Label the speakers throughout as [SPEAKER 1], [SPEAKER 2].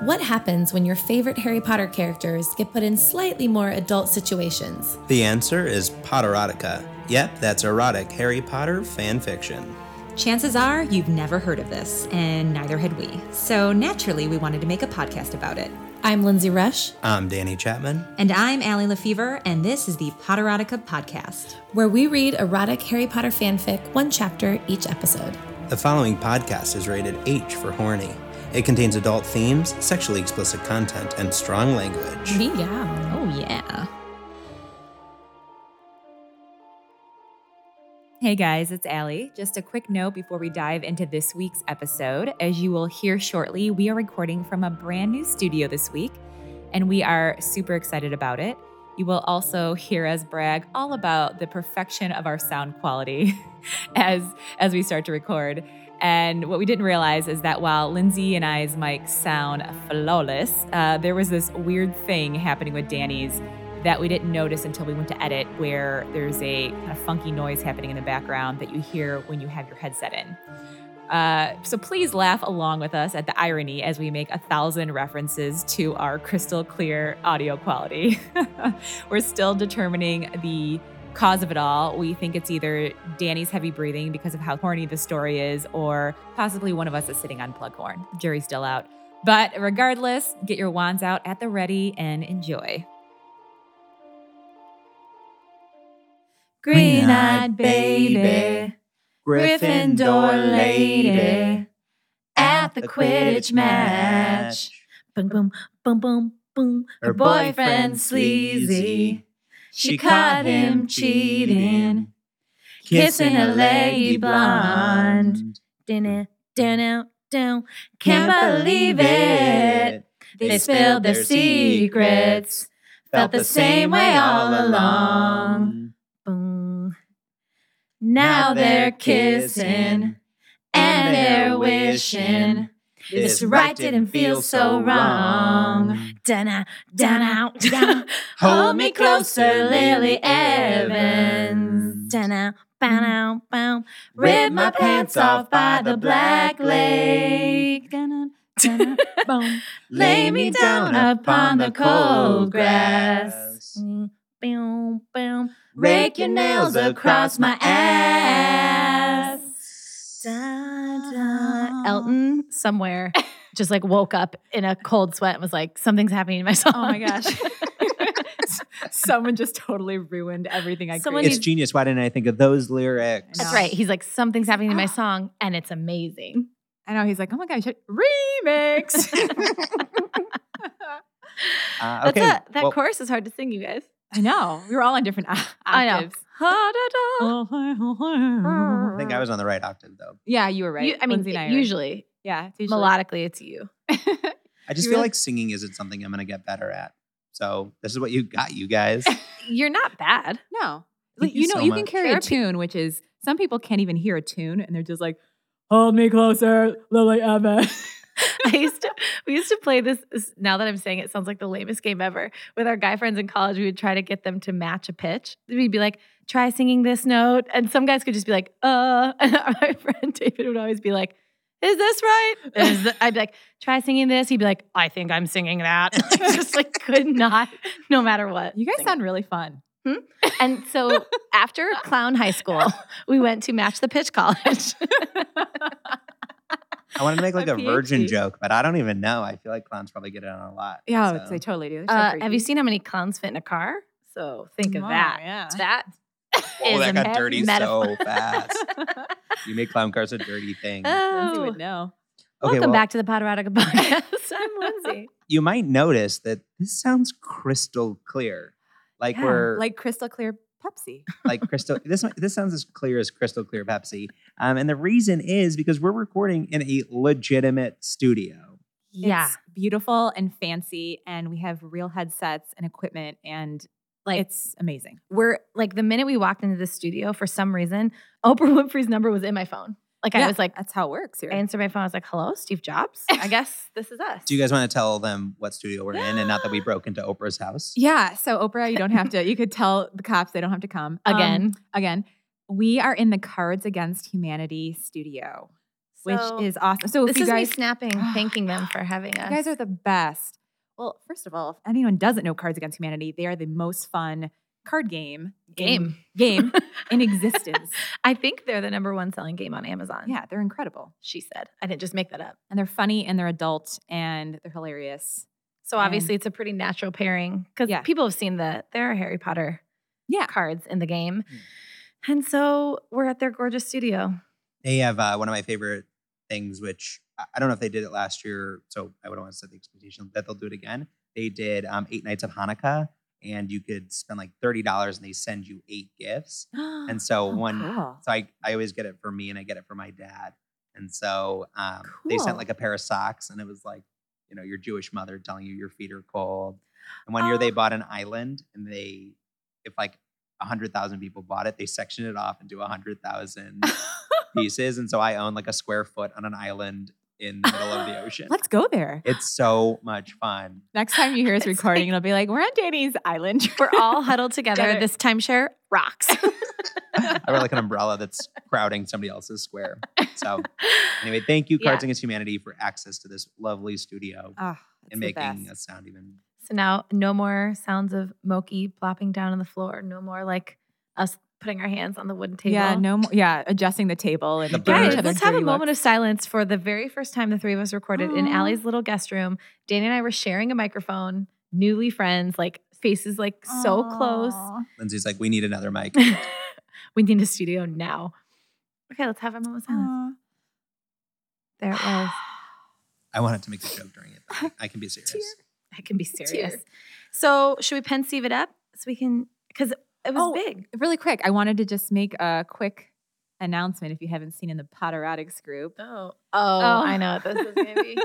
[SPEAKER 1] What happens when your favorite Harry Potter characters get put in slightly more adult situations?
[SPEAKER 2] The answer is Potterotica. Yep, that's erotic Harry Potter fan fiction.
[SPEAKER 3] Chances are you've never heard of this, and neither had we. So naturally, we wanted to make a podcast about it.
[SPEAKER 1] I'm Lindsay Rush,
[SPEAKER 2] I'm Danny Chapman.
[SPEAKER 3] And I'm Allie Lefevre, and this is the Potterotica Podcast.
[SPEAKER 1] where we read erotic Harry Potter fanfic one chapter each episode.
[SPEAKER 2] The following podcast is rated H for horny. It contains adult themes, sexually explicit content, and strong language.
[SPEAKER 1] Meow.
[SPEAKER 3] Oh, yeah. Hey guys, it's Allie. Just a quick note before we dive into this week's episode. As you will hear shortly, we are recording from a brand new studio this week, and we are super excited about it. You will also hear us brag all about the perfection of our sound quality as as we start to record. And what we didn't realize is that while Lindsay and I's mics sound flawless, uh, there was this weird thing happening with Danny's that we didn't notice until we went to edit, where there's a kind of funky noise happening in the background that you hear when you have your headset in. Uh, so please laugh along with us at the irony as we make a thousand references to our crystal clear audio quality. We're still determining the cause of it all. We think it's either Danny's heavy breathing because of how horny the story is, or possibly one of us is sitting on Plughorn. Jury's still out. But regardless, get your wands out at the ready and enjoy.
[SPEAKER 2] Green-eyed baby,
[SPEAKER 4] at the Quidditch match. Boom, boom, boom, boom, boom. Her boyfriend's sleazy. She caught him cheating. Kissing a lady blonde. Dinner, down, down. Can't believe it. They spilled their secrets. Felt the same way all along. Boom. Now they're kissing and they're wishing. This right didn't feel so wrong. Down out, down out, down. Hold me closer, Lily Evans. Down out, bow out, bow. Mm. Rip my pants off by the black lake. Dun, dun, dun, boom. Lay me down upon the cold grass. Mm, Boom, boom. Rake your nails across my ass. Da, da.
[SPEAKER 5] Uh-huh. Elton somewhere just like woke up in a cold sweat and was like, something's happening to my song.
[SPEAKER 3] Oh my gosh. Someone just totally ruined everything I
[SPEAKER 5] Someone
[SPEAKER 2] It's
[SPEAKER 3] created.
[SPEAKER 2] genius. Why didn't I think of those lyrics?
[SPEAKER 5] That's right. He's like, something's happening to my song and it's amazing.
[SPEAKER 3] I know he's like, oh my gosh, remix.
[SPEAKER 2] Uh,
[SPEAKER 5] That's
[SPEAKER 2] okay.
[SPEAKER 5] that that
[SPEAKER 2] well,
[SPEAKER 5] chorus is hard to sing, you guys.
[SPEAKER 3] I know. We were all on different o-
[SPEAKER 5] I know.
[SPEAKER 3] octaves.
[SPEAKER 2] I think I was on the right octave though.
[SPEAKER 3] Yeah, you were right.
[SPEAKER 5] You- I mean,
[SPEAKER 3] Lindsay and I are-
[SPEAKER 5] usually,
[SPEAKER 3] yeah, it's usually-
[SPEAKER 5] melodically, it's you.
[SPEAKER 2] I just
[SPEAKER 3] You
[SPEAKER 2] feel
[SPEAKER 3] really-
[SPEAKER 2] like singing isn't something I'm going to get better at. So this is what you got, you guys.
[SPEAKER 5] You're not bad.
[SPEAKER 3] No,
[SPEAKER 2] Thank
[SPEAKER 3] like,
[SPEAKER 2] you
[SPEAKER 3] you know,
[SPEAKER 2] so
[SPEAKER 3] you can
[SPEAKER 2] much.
[SPEAKER 3] carry a
[SPEAKER 5] Therapy.
[SPEAKER 3] tune, which is some people can't even hear a tune, and they're just like, "Hold me closer, Lily Evans."
[SPEAKER 5] I used to we used to play this this- now that I'm saying it, it sounds like the lamest game ever. With our guy friends in college, we would try to get them to match a pitch. We'd be like, try singing this note. And some guys could just be like, uh and my friend David would always be like, is this right? Is th- I'd be like, try singing this. He'd be like, I think I'm singing that. just like could not, no matter what.
[SPEAKER 3] You guys
[SPEAKER 5] sing it.
[SPEAKER 3] sound really fun.
[SPEAKER 5] and so after clown high school, we went to match the pitch college.
[SPEAKER 2] I wanted to make like
[SPEAKER 3] A
[SPEAKER 2] a, virgin
[SPEAKER 3] PhD.
[SPEAKER 2] joke, but I don't even know. I feel like clowns probably get it on a lot.
[SPEAKER 3] Yeah, I
[SPEAKER 2] so.
[SPEAKER 3] would say totally do. They're so
[SPEAKER 5] Uh,
[SPEAKER 3] freaky.
[SPEAKER 5] have you seen how many clowns fit in a car? So think of
[SPEAKER 3] Oh,
[SPEAKER 5] that.
[SPEAKER 3] Yeah.
[SPEAKER 5] That
[SPEAKER 2] Whoa,
[SPEAKER 5] is
[SPEAKER 2] Oh, that
[SPEAKER 5] a
[SPEAKER 2] got
[SPEAKER 5] mad
[SPEAKER 2] dirty
[SPEAKER 5] metaphor.
[SPEAKER 2] so fast. you make clown cars a dirty thing.
[SPEAKER 3] Lindsay
[SPEAKER 5] Oh,
[SPEAKER 3] would know.
[SPEAKER 2] okay,
[SPEAKER 5] welcome
[SPEAKER 2] well,
[SPEAKER 5] back to the Poderotica podcast. I'm Lindsay.
[SPEAKER 2] you might notice that this sounds crystal clear. Like
[SPEAKER 5] Yeah,
[SPEAKER 2] we're like,
[SPEAKER 3] Like crystal clear Pepsi.
[SPEAKER 2] crystal. This might- this sounds as clear as crystal clear Pepsi. Um, and the reason is because we're recording in a legitimate studio.
[SPEAKER 5] Yeah.
[SPEAKER 3] It's beautiful and fancy, and we have real headsets and equipment, and
[SPEAKER 5] Like-
[SPEAKER 3] it's amazing.
[SPEAKER 5] We're like the minute we walked into the studio, for some reason, Oprah Winfrey's number was in my phone. Like I
[SPEAKER 3] Yeah,
[SPEAKER 5] was like,
[SPEAKER 3] that's how it works here.
[SPEAKER 5] I answered my phone. I was like, "Hello, Steve Jobs. I guess this is us."
[SPEAKER 2] Do you guys want to tell them what studio we're in and not that we broke into Oprah's house?
[SPEAKER 3] yeah, so Oprah, you don't have to. You could tell the cops they don't have to come Um,
[SPEAKER 5] again?
[SPEAKER 3] again. We are in the Cards Against Humanity studio.
[SPEAKER 5] So-
[SPEAKER 3] which is awesome. So if
[SPEAKER 5] This
[SPEAKER 3] you
[SPEAKER 5] is me
[SPEAKER 3] guys,
[SPEAKER 5] snapping, thanking them for having
[SPEAKER 3] you
[SPEAKER 5] us.
[SPEAKER 3] guys are the best. Well, first of all, if anyone doesn't know Cards Against Humanity, they are the most fun card game in-
[SPEAKER 5] Game.
[SPEAKER 3] game in existence.
[SPEAKER 5] I think they're the number one selling game on Amazon.
[SPEAKER 3] Yeah, they're incredible.
[SPEAKER 5] She said. I didn't just make that up.
[SPEAKER 3] and they're funny and they're adult and they're hilarious.
[SPEAKER 5] So obviously it's a pretty natural pairing because
[SPEAKER 3] Mm. Yeah.
[SPEAKER 5] people have seen the there are Harry Potter
[SPEAKER 3] Yeah.
[SPEAKER 5] cards in the game.
[SPEAKER 2] Mm.
[SPEAKER 5] And so we're at their gorgeous studio.
[SPEAKER 2] They have uh, one of my favorite things, which I I don't know if they did it last year, so I wouldn't want to set the expectation that they'll do it again. They did um, eight nights of Hanukkah, and you could spend like thirty dollars, and they send you eight gifts. And so
[SPEAKER 3] Oh,
[SPEAKER 2] one,
[SPEAKER 3] cool.
[SPEAKER 2] so I, I always get it for me, and I get it for my dad. And so um, they sent
[SPEAKER 3] Cool.
[SPEAKER 2] like a pair of socks, and it was like, you know, your Jewish mother telling you your feet are cold. And one year
[SPEAKER 3] Ah.
[SPEAKER 2] they
[SPEAKER 5] Oh.
[SPEAKER 2] bought an island, and they, if like hundred thousand people bought it, they sectioned it off into hundred thousand pieces. And so I own like a square foot on an island in the middle of the ocean.
[SPEAKER 3] Let's go there.
[SPEAKER 2] It's so much fun.
[SPEAKER 3] Next time you hear us
[SPEAKER 5] It's
[SPEAKER 3] recording, it'll be like, we're on Danny's island.
[SPEAKER 5] We're all huddled together.
[SPEAKER 3] Together.
[SPEAKER 5] this timeshare rocks.
[SPEAKER 2] I wear like an umbrella that's crowding somebody else's square. So anyway, thank you,
[SPEAKER 5] Yeah.
[SPEAKER 2] Cards Against Humanity, for access to this lovely studio
[SPEAKER 3] Ah, it's
[SPEAKER 2] and
[SPEAKER 3] the
[SPEAKER 2] making
[SPEAKER 3] best.
[SPEAKER 2] us sound even.
[SPEAKER 5] So now no more sounds of Moki plopping down on the floor. No more like us putting our hands on the wooden table.
[SPEAKER 3] Yeah, no more. Yeah, adjusting the table and
[SPEAKER 2] The
[SPEAKER 3] giving
[SPEAKER 2] bird.
[SPEAKER 3] each
[SPEAKER 5] Guys,
[SPEAKER 3] other
[SPEAKER 5] let's have a
[SPEAKER 3] dirty
[SPEAKER 5] moment
[SPEAKER 3] looks.
[SPEAKER 5] of silence for the very first time the three of us recorded in
[SPEAKER 3] Aw.
[SPEAKER 5] Allie's little guest room. Danny and I were sharing a microphone, newly friends, like faces like so close.
[SPEAKER 3] Aw.
[SPEAKER 2] Lindsay's like, we need another mic.
[SPEAKER 5] we need a studio now. Okay, let's have a moment of silence. There it was.
[SPEAKER 2] I wanted to make a joke during it, but I can be serious.
[SPEAKER 5] I can be serious. So should we pensieve it up so we can? Because it was
[SPEAKER 3] Oh.
[SPEAKER 5] big.
[SPEAKER 3] Really quick, I wanted to just make a quick announcement if you haven't seen in the Potterotics group.
[SPEAKER 5] Oh, oh, I know what this is maybe.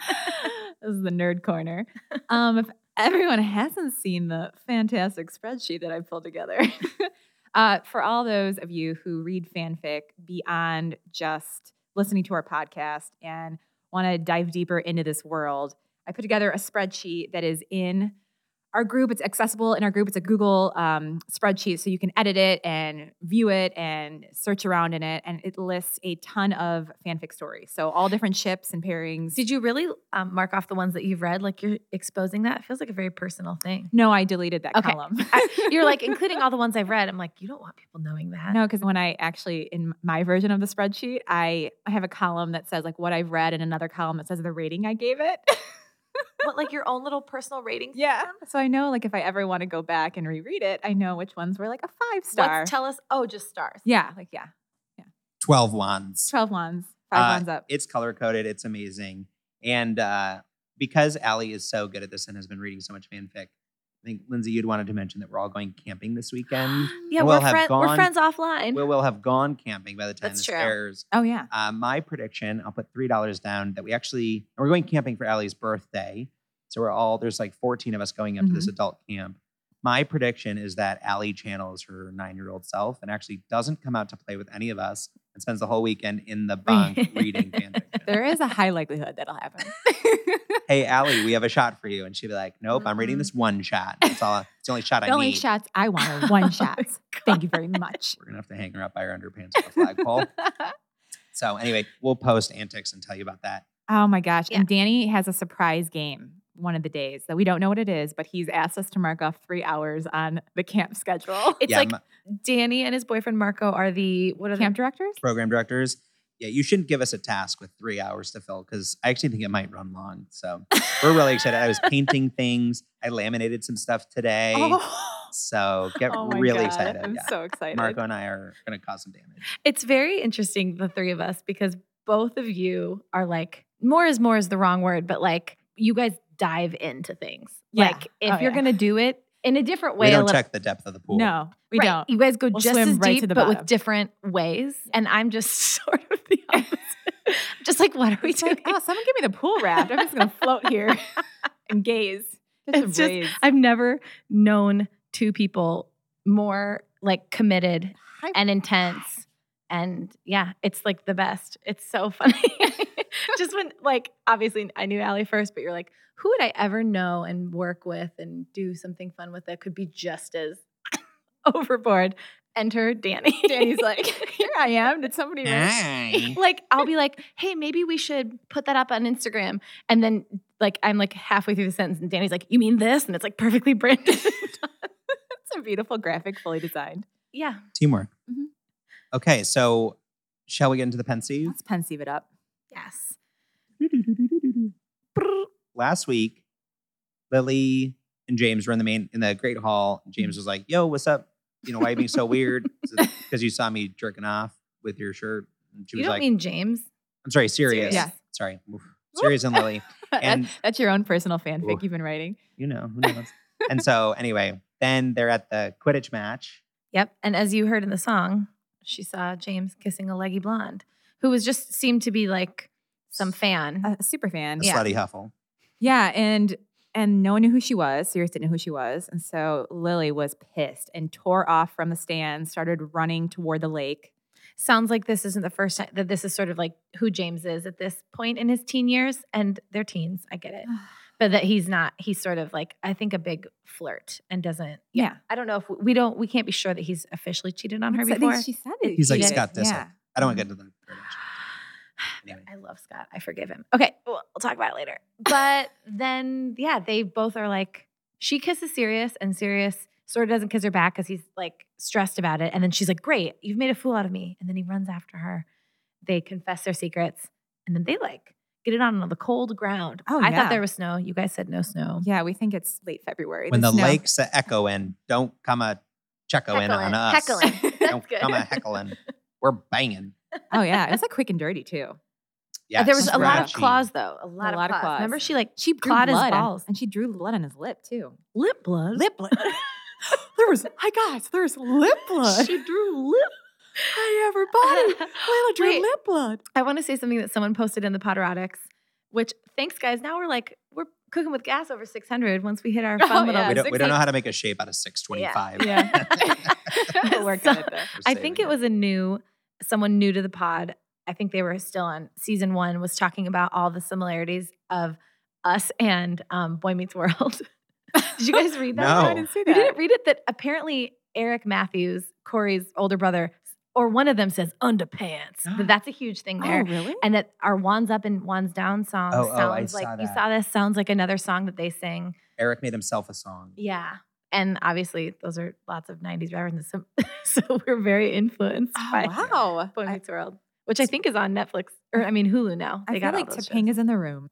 [SPEAKER 3] this is the nerd corner. Um, if everyone hasn't seen the fantastic spreadsheet that I pulled together, uh, for all those of you who read fanfic beyond just listening to our podcast and want to dive deeper into this world, I put together a spreadsheet that is in our group. It's accessible in our group. It's a Google um, spreadsheet, so you can edit it and view it and search around in it. And it lists a ton of fanfic stories, so all different ships and pairings.
[SPEAKER 5] Did you really um, mark off the ones that you've read? Like you're exposing that? It feels like a very personal thing.
[SPEAKER 3] No, I deleted that
[SPEAKER 5] Okay.
[SPEAKER 3] column.
[SPEAKER 5] I- you're like including all the ones I've read. I'm like, you don't want people knowing that.
[SPEAKER 3] No, because when I actually in my version of the spreadsheet, I I have a column that says like what I've read and another column that says the rating I gave it.
[SPEAKER 5] What, like your own little personal rating?
[SPEAKER 3] yeah.
[SPEAKER 5] system?
[SPEAKER 3] So I know like if I ever want to go back and reread it, I know which ones were like a five star.
[SPEAKER 5] What's tell us? Oh, just stars.
[SPEAKER 3] yeah, like yeah.
[SPEAKER 2] 12 wands.
[SPEAKER 3] Twelve wands. Five
[SPEAKER 2] Uh,
[SPEAKER 3] wands up.
[SPEAKER 2] It's color coded. It's amazing. And uh, because Allie is so good at this and has been reading so much fanfic, I think Lindsay, you'd wanted to mention that we're all going camping this weekend.
[SPEAKER 5] Yeah,
[SPEAKER 2] We'll
[SPEAKER 5] we're,
[SPEAKER 2] have
[SPEAKER 5] friend, we're
[SPEAKER 2] gone-
[SPEAKER 5] friends offline.
[SPEAKER 2] we'll, we'll have gone camping by the time
[SPEAKER 5] That's
[SPEAKER 2] this
[SPEAKER 5] true.
[SPEAKER 2] airs.
[SPEAKER 3] oh yeah.
[SPEAKER 2] Uh, my prediction, I'll put three dollars down that we actually and we're going camping for Allie's birthday. So we're all there's like 14 of us going up to this adult camp. My prediction is that Allie channels her nine-year-old self and actually doesn't come out to play with any of us and spends the whole weekend in the bunk reading fanfiction.
[SPEAKER 3] There is a high likelihood that'll happen.
[SPEAKER 2] hey Allie, we have a shot for you. And she'd be like, Nope, I'm reading
[SPEAKER 5] Mhm.
[SPEAKER 2] this one shot. It's all it's the only shot
[SPEAKER 3] the
[SPEAKER 2] I
[SPEAKER 3] only
[SPEAKER 2] need.
[SPEAKER 3] shots I want are
[SPEAKER 5] Oh my
[SPEAKER 3] one shots. Thank you very much.
[SPEAKER 2] We're gonna have to hang her up by her underpants on a flagpole. so anyway, we'll post antics and tell you about that.
[SPEAKER 3] Oh my gosh.
[SPEAKER 5] Yeah.
[SPEAKER 3] And Danny has a surprise game one of the days that we don't know what it is, but he's asked us to mark off three hours on the camp schedule.
[SPEAKER 5] It's
[SPEAKER 2] yeah,
[SPEAKER 5] like
[SPEAKER 2] my-
[SPEAKER 5] Danny and his boyfriend Marco are the what are
[SPEAKER 3] camp directors?
[SPEAKER 2] program directors. Yeah, you shouldn't give us a task with three hours to fill because I actually think it might run long. So we're really excited. I was painting things. I laminated some stuff today.
[SPEAKER 3] Oh,
[SPEAKER 2] So get
[SPEAKER 3] oh my
[SPEAKER 2] really
[SPEAKER 3] God.
[SPEAKER 2] excited.
[SPEAKER 3] I'm
[SPEAKER 2] yeah.
[SPEAKER 3] so excited.
[SPEAKER 2] Marco and I are going to cause some damage.
[SPEAKER 5] It's very interesting, the three of us, because both of you are like, more is more is the wrong word, but like you guys dive into things.
[SPEAKER 3] Yeah.
[SPEAKER 5] Like if
[SPEAKER 3] Oh,
[SPEAKER 5] you're
[SPEAKER 3] yeah.
[SPEAKER 5] gonna do it in a different way,
[SPEAKER 2] We
[SPEAKER 5] a
[SPEAKER 2] don't
[SPEAKER 5] little-
[SPEAKER 2] check the depth of the pool.
[SPEAKER 3] No, we
[SPEAKER 5] Right.
[SPEAKER 3] don't.
[SPEAKER 5] You guys go
[SPEAKER 3] We'll
[SPEAKER 5] just
[SPEAKER 3] swim
[SPEAKER 5] as
[SPEAKER 3] right to
[SPEAKER 5] deep,
[SPEAKER 3] the
[SPEAKER 5] but with
[SPEAKER 3] bottom.
[SPEAKER 5] different ways. And I'm just sort of the opposite. just like, what are we
[SPEAKER 3] It's
[SPEAKER 5] doing?
[SPEAKER 3] like, oh, someone give me the pool raft. I'm just going to float here and gaze. Just
[SPEAKER 5] It's
[SPEAKER 3] a
[SPEAKER 5] just-
[SPEAKER 3] raise.
[SPEAKER 5] I've never known two people more like committed
[SPEAKER 3] Hi-
[SPEAKER 5] and intense. And yeah, it's like the best. It's so funny. Just when, like, obviously I knew Allie first, but you're like, who would I ever know and work with and do something fun with that could be just as overboard Enter Danny.
[SPEAKER 3] Danny's like, here I am. Did somebody write?
[SPEAKER 2] Hi.
[SPEAKER 5] like I'll be like, hey, maybe we should put that up on Instagram. And then like I'm like halfway through the sentence and Danny's like, you mean this? And it's like perfectly branded.
[SPEAKER 3] It's a beautiful graphic, fully designed.
[SPEAKER 5] yeah.
[SPEAKER 2] Teamwork.
[SPEAKER 3] Mhm.
[SPEAKER 2] Okay, so shall we get into the pensive?
[SPEAKER 3] Let's pensive it up.
[SPEAKER 5] Yes.
[SPEAKER 2] Last week, Lily and James were in the main in the Great Hall.
[SPEAKER 5] Mm-hmm.
[SPEAKER 2] James was like, "Yo, what's up? You know, why are you being so weird? Because you saw me jerking off with your shirt." And she
[SPEAKER 5] you
[SPEAKER 2] was
[SPEAKER 5] don't
[SPEAKER 2] like,
[SPEAKER 5] mean James.
[SPEAKER 2] "I'm sorry, serious.
[SPEAKER 3] Yeah.
[SPEAKER 2] Sorry, Oof. serious and Lily. And-
[SPEAKER 3] That- that's your own personal fanfic
[SPEAKER 2] Ooh.
[SPEAKER 3] you've been writing.
[SPEAKER 2] You know who knows." and so, anyway, then they're at the Quidditch match.
[SPEAKER 5] Yep. And as you heard in the song, she saw James kissing a leggy blonde who was just seemed to be like some fan.
[SPEAKER 3] A super fan.
[SPEAKER 2] The
[SPEAKER 5] Yeah.
[SPEAKER 2] slutty huffle.
[SPEAKER 3] Yeah, and and no one knew who she was. Sirius didn't know who she was, and so Lily was pissed and tore off from the stand, started running toward the lake.
[SPEAKER 5] Sounds like this isn't the first time that this is sort of like who James is at this point in his teen years and they're teens. I get it. But that he's not, he's sort of like, I think a big flirt and doesn't,
[SPEAKER 3] Yeah,
[SPEAKER 5] I don't know if we, we don't, we can't be sure that he's officially cheated on her
[SPEAKER 3] What's that- I think
[SPEAKER 5] before.
[SPEAKER 3] she said it.
[SPEAKER 2] He's
[SPEAKER 3] She
[SPEAKER 2] like,
[SPEAKER 3] did.
[SPEAKER 2] "Scott, this
[SPEAKER 3] Yeah.
[SPEAKER 2] I don't want
[SPEAKER 5] Mm-hmm.
[SPEAKER 2] to get into the Quidditch. Anyway.
[SPEAKER 5] I love Scott. I forgive him. Okay, we'll, we'll talk about it later. But then, yeah, they both are like, she kisses Sirius, and Sirius sort of doesn't kiss her back because he's like stressed about it. And then she's like, "Great, you've made a fool out of me." And then he runs after her. They confess their secrets, and then they like get it on the cold ground.
[SPEAKER 3] Oh,
[SPEAKER 5] I
[SPEAKER 3] yeah.
[SPEAKER 5] thought there was snow. You guys said no snow.
[SPEAKER 3] Yeah, we think it's late February.
[SPEAKER 2] when the
[SPEAKER 3] There's no-
[SPEAKER 2] lakes a echoing, don't come a checo in on
[SPEAKER 5] Heckling.
[SPEAKER 2] us.
[SPEAKER 5] Heckling. That's
[SPEAKER 2] Don't
[SPEAKER 5] good.
[SPEAKER 2] come a heckling. We're banging.
[SPEAKER 3] Oh yeah, it was like quick and dirty too.
[SPEAKER 2] Yeah,
[SPEAKER 5] there was a lot of
[SPEAKER 2] scratchy.
[SPEAKER 5] claws though. A lot, of, claws. Remember, she like
[SPEAKER 3] She drew
[SPEAKER 5] clawed his
[SPEAKER 3] blood on-
[SPEAKER 5] balls.
[SPEAKER 3] and she drew blood on his lip too.
[SPEAKER 5] lip blood.
[SPEAKER 3] Lip blood. there was, my gosh, there was lip blood.
[SPEAKER 5] She drew lip.
[SPEAKER 3] I ever bought it. Lila drew
[SPEAKER 5] Wait.
[SPEAKER 3] lip blood.
[SPEAKER 5] I want to say something that someone posted in the Potterotics, which thanks guys. Now we're like we're cooking with gas over 600 once we hit our
[SPEAKER 3] Oh,
[SPEAKER 5] fun little.
[SPEAKER 3] yeah.
[SPEAKER 2] We don't, we don't know
[SPEAKER 3] Six-
[SPEAKER 2] how to make a shape out of 625.
[SPEAKER 3] Yeah. We'll work on
[SPEAKER 5] So,
[SPEAKER 3] it though.
[SPEAKER 2] We're
[SPEAKER 5] I think it
[SPEAKER 2] saving
[SPEAKER 5] was a new someone new to the pod. I think they were still on season one. Was talking about all the similarities of us and um, Boy Meets World. Did you guys read that?
[SPEAKER 2] No.
[SPEAKER 3] I didn't see
[SPEAKER 5] We
[SPEAKER 3] that.
[SPEAKER 5] didn't read it. That apparently Eric Matthews, Corey's older brother, or one of them says underpants. That That's a huge thing there.
[SPEAKER 3] Oh, really?
[SPEAKER 5] and that our wands up and wands down song
[SPEAKER 2] Oh, oh, I
[SPEAKER 5] sounds like
[SPEAKER 2] saw
[SPEAKER 5] you
[SPEAKER 2] that.
[SPEAKER 5] saw this sounds like another song that they sing.
[SPEAKER 2] Eric made himself a song.
[SPEAKER 5] Yeah. And obviously, those are lots of '90s references, so, so we're very influenced by
[SPEAKER 3] Oh, wow.
[SPEAKER 5] Boy
[SPEAKER 3] I,
[SPEAKER 5] Meets World, which I think is on Netflix or I mean Hulu now.
[SPEAKER 3] I
[SPEAKER 5] They
[SPEAKER 3] feel
[SPEAKER 5] got all
[SPEAKER 3] like
[SPEAKER 5] those shows.
[SPEAKER 3] Topanga's in the room.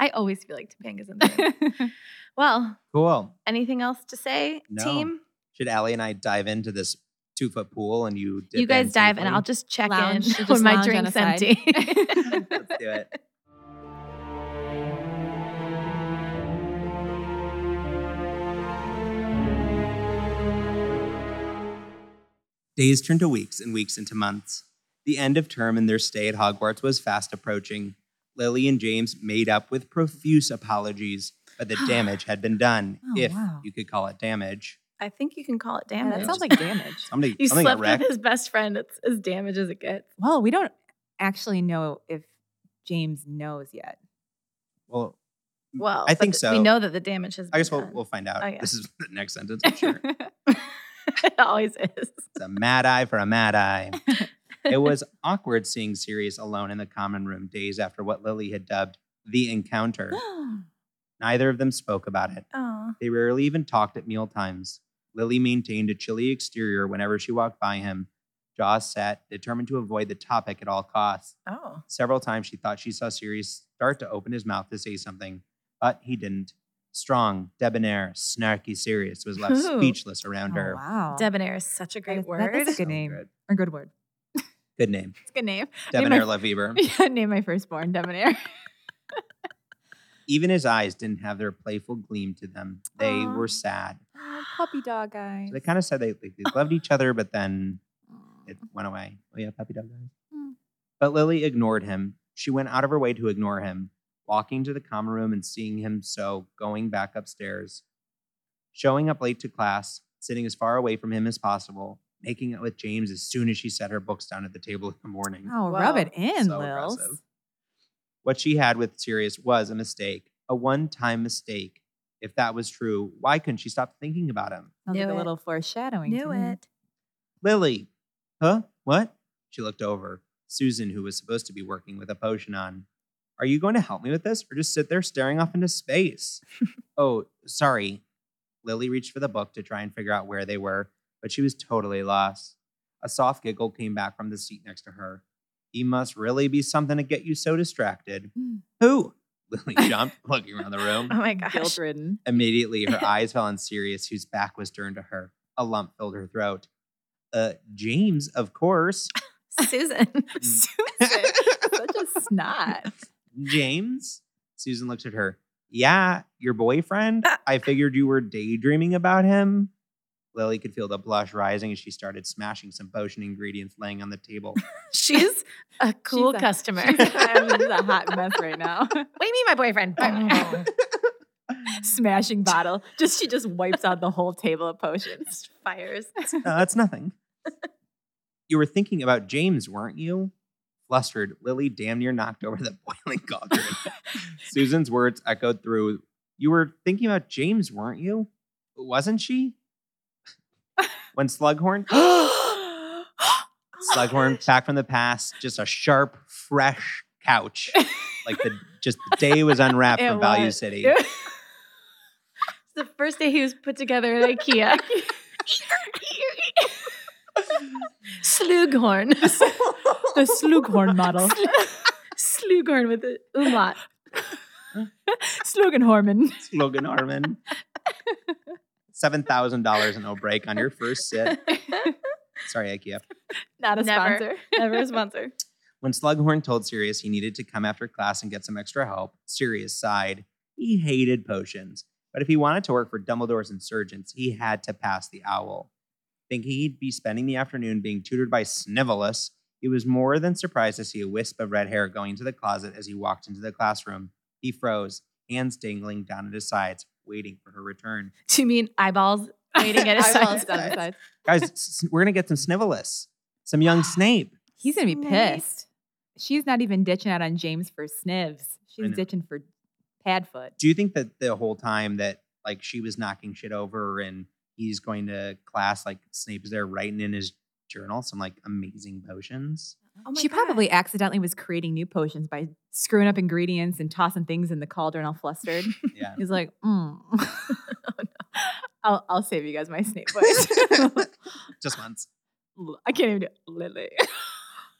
[SPEAKER 5] I always feel like Topanga's in there. well,
[SPEAKER 2] Cool.
[SPEAKER 5] anything else to say,
[SPEAKER 2] No.
[SPEAKER 5] team?
[SPEAKER 2] Should Allie and I dive into this two foot pool and you dip
[SPEAKER 5] you guys
[SPEAKER 2] in
[SPEAKER 5] dive, and
[SPEAKER 2] safely?
[SPEAKER 5] I'll just check
[SPEAKER 3] Lounge,
[SPEAKER 5] in
[SPEAKER 3] you just
[SPEAKER 5] when my
[SPEAKER 3] lounge on
[SPEAKER 5] drink's
[SPEAKER 3] the side.
[SPEAKER 5] empty.
[SPEAKER 2] Let's do it. Days turned to weeks and weeks into months. The end of term and their stay at Hogwarts was fast approaching. Lily and James made up with profuse apologies, but the damage had been done,
[SPEAKER 3] Oh,
[SPEAKER 2] if
[SPEAKER 3] wow.
[SPEAKER 2] you could call it damage.
[SPEAKER 5] I think you can call it
[SPEAKER 3] Yeah,
[SPEAKER 5] damage.
[SPEAKER 3] that sounds like damage.
[SPEAKER 2] Somebody,
[SPEAKER 5] you
[SPEAKER 2] something got
[SPEAKER 5] slept
[SPEAKER 2] wrecked.
[SPEAKER 5] with his best friend. It's as damage as it gets.
[SPEAKER 3] well, we don't actually know if James knows yet.
[SPEAKER 2] Well,
[SPEAKER 5] Well,
[SPEAKER 2] I
[SPEAKER 5] but
[SPEAKER 2] think
[SPEAKER 5] th-
[SPEAKER 2] so.
[SPEAKER 5] We know that the damage has. Been
[SPEAKER 2] I guess we'll,
[SPEAKER 5] done.
[SPEAKER 2] we'll find out.
[SPEAKER 5] Oh, yeah.
[SPEAKER 2] This is the next sentence, I'm sure.
[SPEAKER 5] it always is.
[SPEAKER 2] It's a mad eye for a mad eye. it was awkward seeing Sirius alone in the common room days after what Lily had dubbed the encounter. Neither of them spoke about it.
[SPEAKER 5] Oh,
[SPEAKER 2] They rarely even talked at meal times. Lily maintained a chilly exterior whenever she walked by him, jaws set, determined to avoid the topic at all costs.
[SPEAKER 5] oh,
[SPEAKER 2] Several times she thought she saw Sirius start to open his mouth to say something, but he didn't. Strong, debonair, snarky Sirius was left
[SPEAKER 5] Ooh.
[SPEAKER 2] speechless around
[SPEAKER 3] Oh,
[SPEAKER 2] her.
[SPEAKER 3] wow.
[SPEAKER 5] debonair is such a great
[SPEAKER 3] That is-
[SPEAKER 5] word.
[SPEAKER 3] that is a
[SPEAKER 2] So
[SPEAKER 3] good name.
[SPEAKER 2] Good.
[SPEAKER 3] A good word.
[SPEAKER 2] Good name.
[SPEAKER 3] It's a good name.
[SPEAKER 2] Debonair Lefebvre.
[SPEAKER 3] Yeah, name my firstborn Debonair.
[SPEAKER 2] Even his eyes didn't have their playful gleam to them. They
[SPEAKER 5] Aw.
[SPEAKER 2] were sad.
[SPEAKER 3] oh, puppy dog eyes.
[SPEAKER 2] So they kind of said they, they they loved each other, but then it went away. Oh yeah, puppy dog guys.
[SPEAKER 3] Mm.
[SPEAKER 2] But Lily ignored him. She went out of her way to ignore him, walking to the common room and seeing him so going back upstairs, showing up late to class, sitting as far away from him as possible, making out with James as soon as she set her books down at the table in the morning.
[SPEAKER 3] Oh, rub
[SPEAKER 5] Wow.
[SPEAKER 3] it in,
[SPEAKER 2] So
[SPEAKER 3] Lils.
[SPEAKER 2] aggressive. What she had with Sirius was a mistake, a one time mistake. If that was true, why couldn't she stop thinking about him?
[SPEAKER 3] Sounds like
[SPEAKER 5] Knew
[SPEAKER 3] a
[SPEAKER 5] it.
[SPEAKER 3] little foreshadowing. to me.
[SPEAKER 2] Lily. Huh? What? She looked over. Susan, who was supposed to be working with a potion on. Are you going to help me with this or just sit there staring off into space? oh, sorry. Lily reached for the book to try and figure out where they were, but she was totally lost. A soft giggle came back from the seat next to her. He must really be something to get you so distracted.
[SPEAKER 3] Mm.
[SPEAKER 2] Who? Lily jumped, looking around the room.
[SPEAKER 5] Oh my gosh.
[SPEAKER 4] Guilt ridden.
[SPEAKER 2] Immediately, her eyes fell on Sirius, whose back was turned to her. A lump filled her throat. Uh, James, of course.
[SPEAKER 5] Susan.
[SPEAKER 3] Susan, such a snot.
[SPEAKER 2] James? Susan looked at her. Yeah, your boyfriend? I figured you were daydreaming about him. Lily could feel the blush rising as she started smashing some potion ingredients laying on the table.
[SPEAKER 5] She's a cool
[SPEAKER 3] She's a-
[SPEAKER 5] customer.
[SPEAKER 3] she's
[SPEAKER 5] what
[SPEAKER 3] a hot mess right now.
[SPEAKER 5] do you mean, my boyfriend?
[SPEAKER 3] Oh. Smashing bottle. Just she just wipes out the whole table of potions.
[SPEAKER 5] Just Fires.
[SPEAKER 2] No, that's nothing. You were thinking about James, weren't you? Flustered, Lily damn near knocked over the boiling cauldron. Susan's words echoed through. You were thinking about James, weren't you? Wasn't she? when Slughorn, Slughorn back from the past, just a sharp, fresh couch, like the just the day was unwrapped
[SPEAKER 5] It
[SPEAKER 2] from Value
[SPEAKER 5] was.
[SPEAKER 2] City.
[SPEAKER 5] It- It's the first day he was put together at IKEA. Slughorn.
[SPEAKER 3] the Slughorn model.
[SPEAKER 5] Slughorn with the umlaut.
[SPEAKER 3] Slugenhorman.
[SPEAKER 2] Logan Arman. Seven thousand dollars in no break on your first sit. Sorry, IKEA.
[SPEAKER 3] Not a
[SPEAKER 5] Never.
[SPEAKER 3] sponsor.
[SPEAKER 5] Never a sponsor.
[SPEAKER 2] When Slughorn told Sirius he needed to come after class and get some extra help, Sirius sighed. He hated potions, but if he wanted to work for Dumbledore's insurgents, he had to pass the owl. Thinking he'd be spending the afternoon being tutored by Snivelus, he was more than surprised to see a wisp of red hair going into the closet as he walked into the classroom. He froze, hands dangling down at his sides, waiting for her return.
[SPEAKER 5] Do you mean eyeballs waiting at his
[SPEAKER 3] Eyeballs
[SPEAKER 5] sides?
[SPEAKER 3] down the side.
[SPEAKER 2] Guys, s- s- we're gonna get some Snivelus, some young Snape.
[SPEAKER 3] He's gonna be
[SPEAKER 5] Snape.
[SPEAKER 3] pissed. She's not even ditching out on James for snivs. She's
[SPEAKER 2] know.
[SPEAKER 3] ditching for Padfoot.
[SPEAKER 2] do you think that the whole time that like she was knocking shit over and he's going to class like snape is there writing in his journal some like amazing potions
[SPEAKER 5] Oh
[SPEAKER 3] she probably accidentally was creating new potions by screwing up ingredients and tossing things in the cauldron all flustered.
[SPEAKER 2] yeah
[SPEAKER 3] He's like, mm. I'll, I'll save you guys my snake voice.
[SPEAKER 2] just once
[SPEAKER 3] L- I can't even do it. Lily.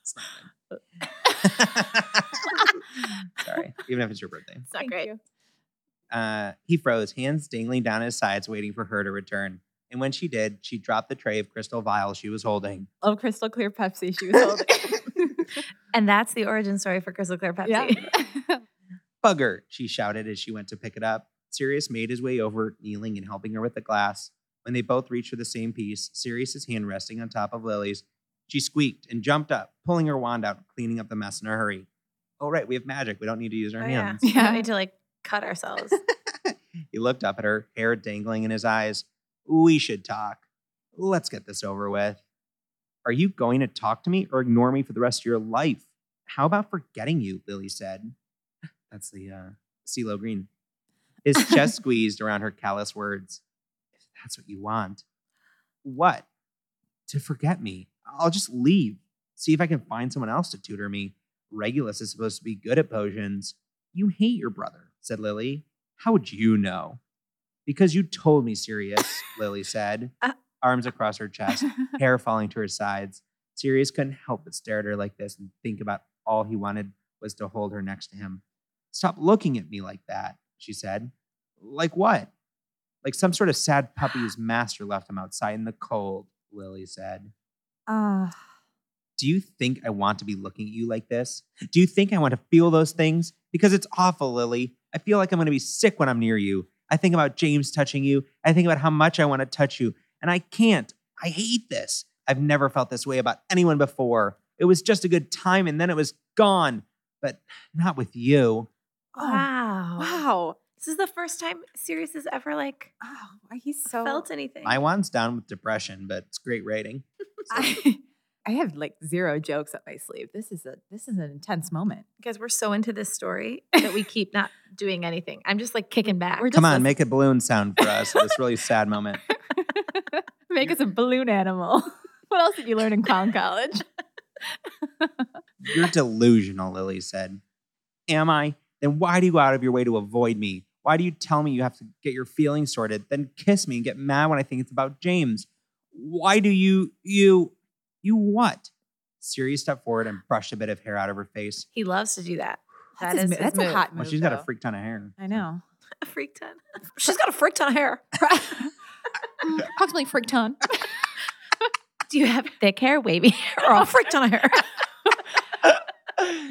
[SPEAKER 2] it's not good. sorry even if it's your birthday
[SPEAKER 5] It's not great.
[SPEAKER 2] uh, he froze hands dangling down his sides waiting for her to return and when she did she dropped the tray of crystal vials she was holding
[SPEAKER 3] Love crystal clear Pepsi. She was holding.
[SPEAKER 5] And that's the origin story for Crystal Clear Pepsi.
[SPEAKER 3] Yeah.
[SPEAKER 2] Bugger, she shouted as she went to pick it up. Sirius made his way over, kneeling and helping her with the glass. When they both reached for the same piece, Sirius's hand resting on top of Lily's, she squeaked and jumped up, pulling her wand out, cleaning up the mess in a hurry. Oh, right, we have magic. We don't need to use our
[SPEAKER 5] Oh, yeah.
[SPEAKER 2] hands.
[SPEAKER 5] We
[SPEAKER 3] Yeah.
[SPEAKER 5] don't need to like cut ourselves.
[SPEAKER 2] He looked up at her, hair dangling in his eyes. We should talk. Let's get this over with. Are you going to talk to me or ignore me for the rest of your life? How about forgetting you? Lily said. That's the uh, CeeLo Green. His chest squeezed around her callous words. If that's what you want. What? To forget me. I'll just leave. See if I can find someone else to tutor me. Regulus is supposed to be good at potions. You hate your brother, said Lily. How would you know? Because you told me, Sirius, Lily said,
[SPEAKER 5] Uh-
[SPEAKER 2] arms across her chest, hair falling to her sides. Sirius couldn't help but stare at her like this and think about all he wanted was to hold her next to him. Stop looking at me like that, she said. Like what? Like some sort of sad puppy whose master left him outside in the cold, Lily said.
[SPEAKER 3] Ah.
[SPEAKER 2] Do you think I want to be looking at you like this? Do you think I want to feel those things? Because it's awful, Lily. I feel like I'm going to be sick when I'm near you. I think about James touching you. I think about how much I want to touch you. And I can't. I hate this. I've never felt this way about anyone before. It was just a good time and then it was gone, but not with you.
[SPEAKER 3] oh,
[SPEAKER 5] wow.
[SPEAKER 3] wow.
[SPEAKER 5] This is the first time Sirius has ever like
[SPEAKER 3] Oh, why he's so.
[SPEAKER 5] felt anything.
[SPEAKER 2] My wand's down with depression, but it's great rating.
[SPEAKER 3] I, I have like zero jokes up my sleeve. This is a this is an intense moment.
[SPEAKER 5] Because we're so into this story that we keep not doing anything. I'm just like kicking back.
[SPEAKER 3] We're just
[SPEAKER 2] Come on,
[SPEAKER 3] listen-
[SPEAKER 2] make a balloon sound for us. at this really sad moment.
[SPEAKER 3] Make us a balloon animal. What else did you learn in clown college?
[SPEAKER 2] You're delusional, Lily said. Am I? Then why do you go out of your way to avoid me? Why do you tell me you have to get your feelings sorted, then kiss me and get mad when I think it's about James? Why do you, you, you what? Siri stepped forward and brushed a bit of hair out of her face.
[SPEAKER 5] He loves to do that. That
[SPEAKER 3] his
[SPEAKER 5] is
[SPEAKER 3] mo-
[SPEAKER 5] his
[SPEAKER 3] that's a
[SPEAKER 5] move.
[SPEAKER 3] hot move.
[SPEAKER 2] Well, she's got a
[SPEAKER 3] though.
[SPEAKER 2] freak ton of hair.
[SPEAKER 3] I know.
[SPEAKER 5] A freak ton. She's got a freak ton of hair.
[SPEAKER 3] Approximately freak ton.
[SPEAKER 5] Do you have thick hair, wavy hair, or a freak ton of hair?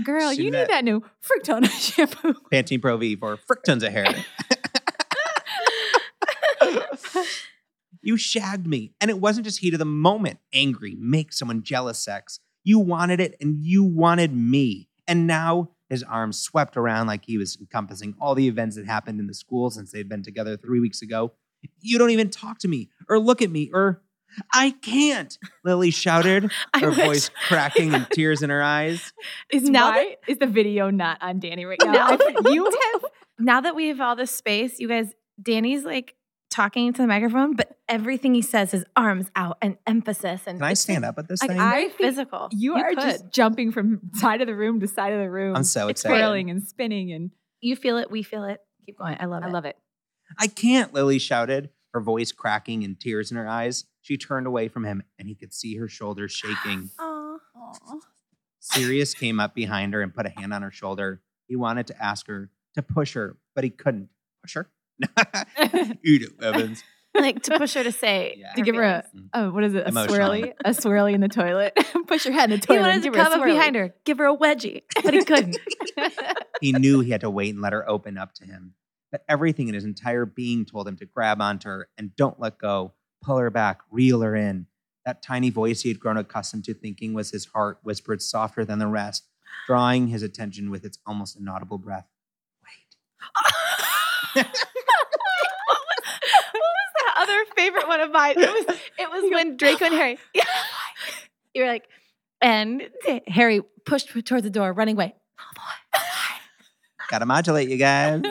[SPEAKER 3] Girl,
[SPEAKER 2] She
[SPEAKER 3] you
[SPEAKER 2] met-
[SPEAKER 3] need that new freak ton shampoo.
[SPEAKER 2] Pantene Pro V for frick tons of hair. you shagged me, and it wasn't just heat of the moment. Angry, make someone jealous sex. You wanted it, and you wanted me. And now his arms swept around like he was encompassing all the events that happened in the school since they'd been together three weeks ago. You don't even talk to me, or look at me, or I can't, Lily shouted,
[SPEAKER 5] I
[SPEAKER 2] her
[SPEAKER 5] wish-
[SPEAKER 2] voice cracking and tears in her eyes.
[SPEAKER 3] Is
[SPEAKER 5] Now
[SPEAKER 3] now
[SPEAKER 5] that-
[SPEAKER 3] why is the video not on Danny right now?
[SPEAKER 5] Now
[SPEAKER 3] I think
[SPEAKER 5] that-
[SPEAKER 3] you have
[SPEAKER 5] Now that we have all this space, you guys, Danny's like talking to the microphone, but everything he says is arms out and emphasis. And
[SPEAKER 2] Can I stand up at this
[SPEAKER 5] Like,
[SPEAKER 2] thing?
[SPEAKER 3] I
[SPEAKER 2] I,
[SPEAKER 5] very
[SPEAKER 3] think
[SPEAKER 5] physical.
[SPEAKER 3] you are just jumping from side of the room to side of the room.
[SPEAKER 2] am so
[SPEAKER 3] It's
[SPEAKER 2] excited.
[SPEAKER 3] twirling and spinning and
[SPEAKER 5] You feel it. We feel it. Keep going. I love
[SPEAKER 3] I
[SPEAKER 5] it.
[SPEAKER 3] love it.
[SPEAKER 2] I can't, Lily shouted, her voice cracking and tears in her eyes. She turned away from him and he could see her shoulders shaking.
[SPEAKER 5] Aw.
[SPEAKER 2] Sirius came up behind her and put a hand on her shoulder. He wanted to ask her to push her, but he couldn't. Push her? you do, Evans.
[SPEAKER 5] like to push her to say,
[SPEAKER 2] Yeah.
[SPEAKER 3] To give her a-
[SPEAKER 5] feelings.
[SPEAKER 3] Oh, what is it? A
[SPEAKER 2] Emotionally.
[SPEAKER 3] swirly? A swirly in the toilet. Push your head in the
[SPEAKER 5] He
[SPEAKER 3] toilet.
[SPEAKER 5] wanted
[SPEAKER 3] and
[SPEAKER 5] to
[SPEAKER 3] give her a
[SPEAKER 5] come up
[SPEAKER 3] swirly.
[SPEAKER 5] behind her, give her a wedgie, but he couldn't.
[SPEAKER 2] He knew he had to wait and let her open up to him. But everything in his entire being told him to grab onto her and don't let go, pull her back, reel her in. That tiny voice he had grown accustomed to thinking was his heart, whispered softer than the rest, drawing his attention with its almost inaudible breath. Wait.
[SPEAKER 5] what was that other favorite one of mine? It was it was when Draco and Harry. you were like, and Harry pushed towards the door, running away.
[SPEAKER 2] Gotta modulate, you guys.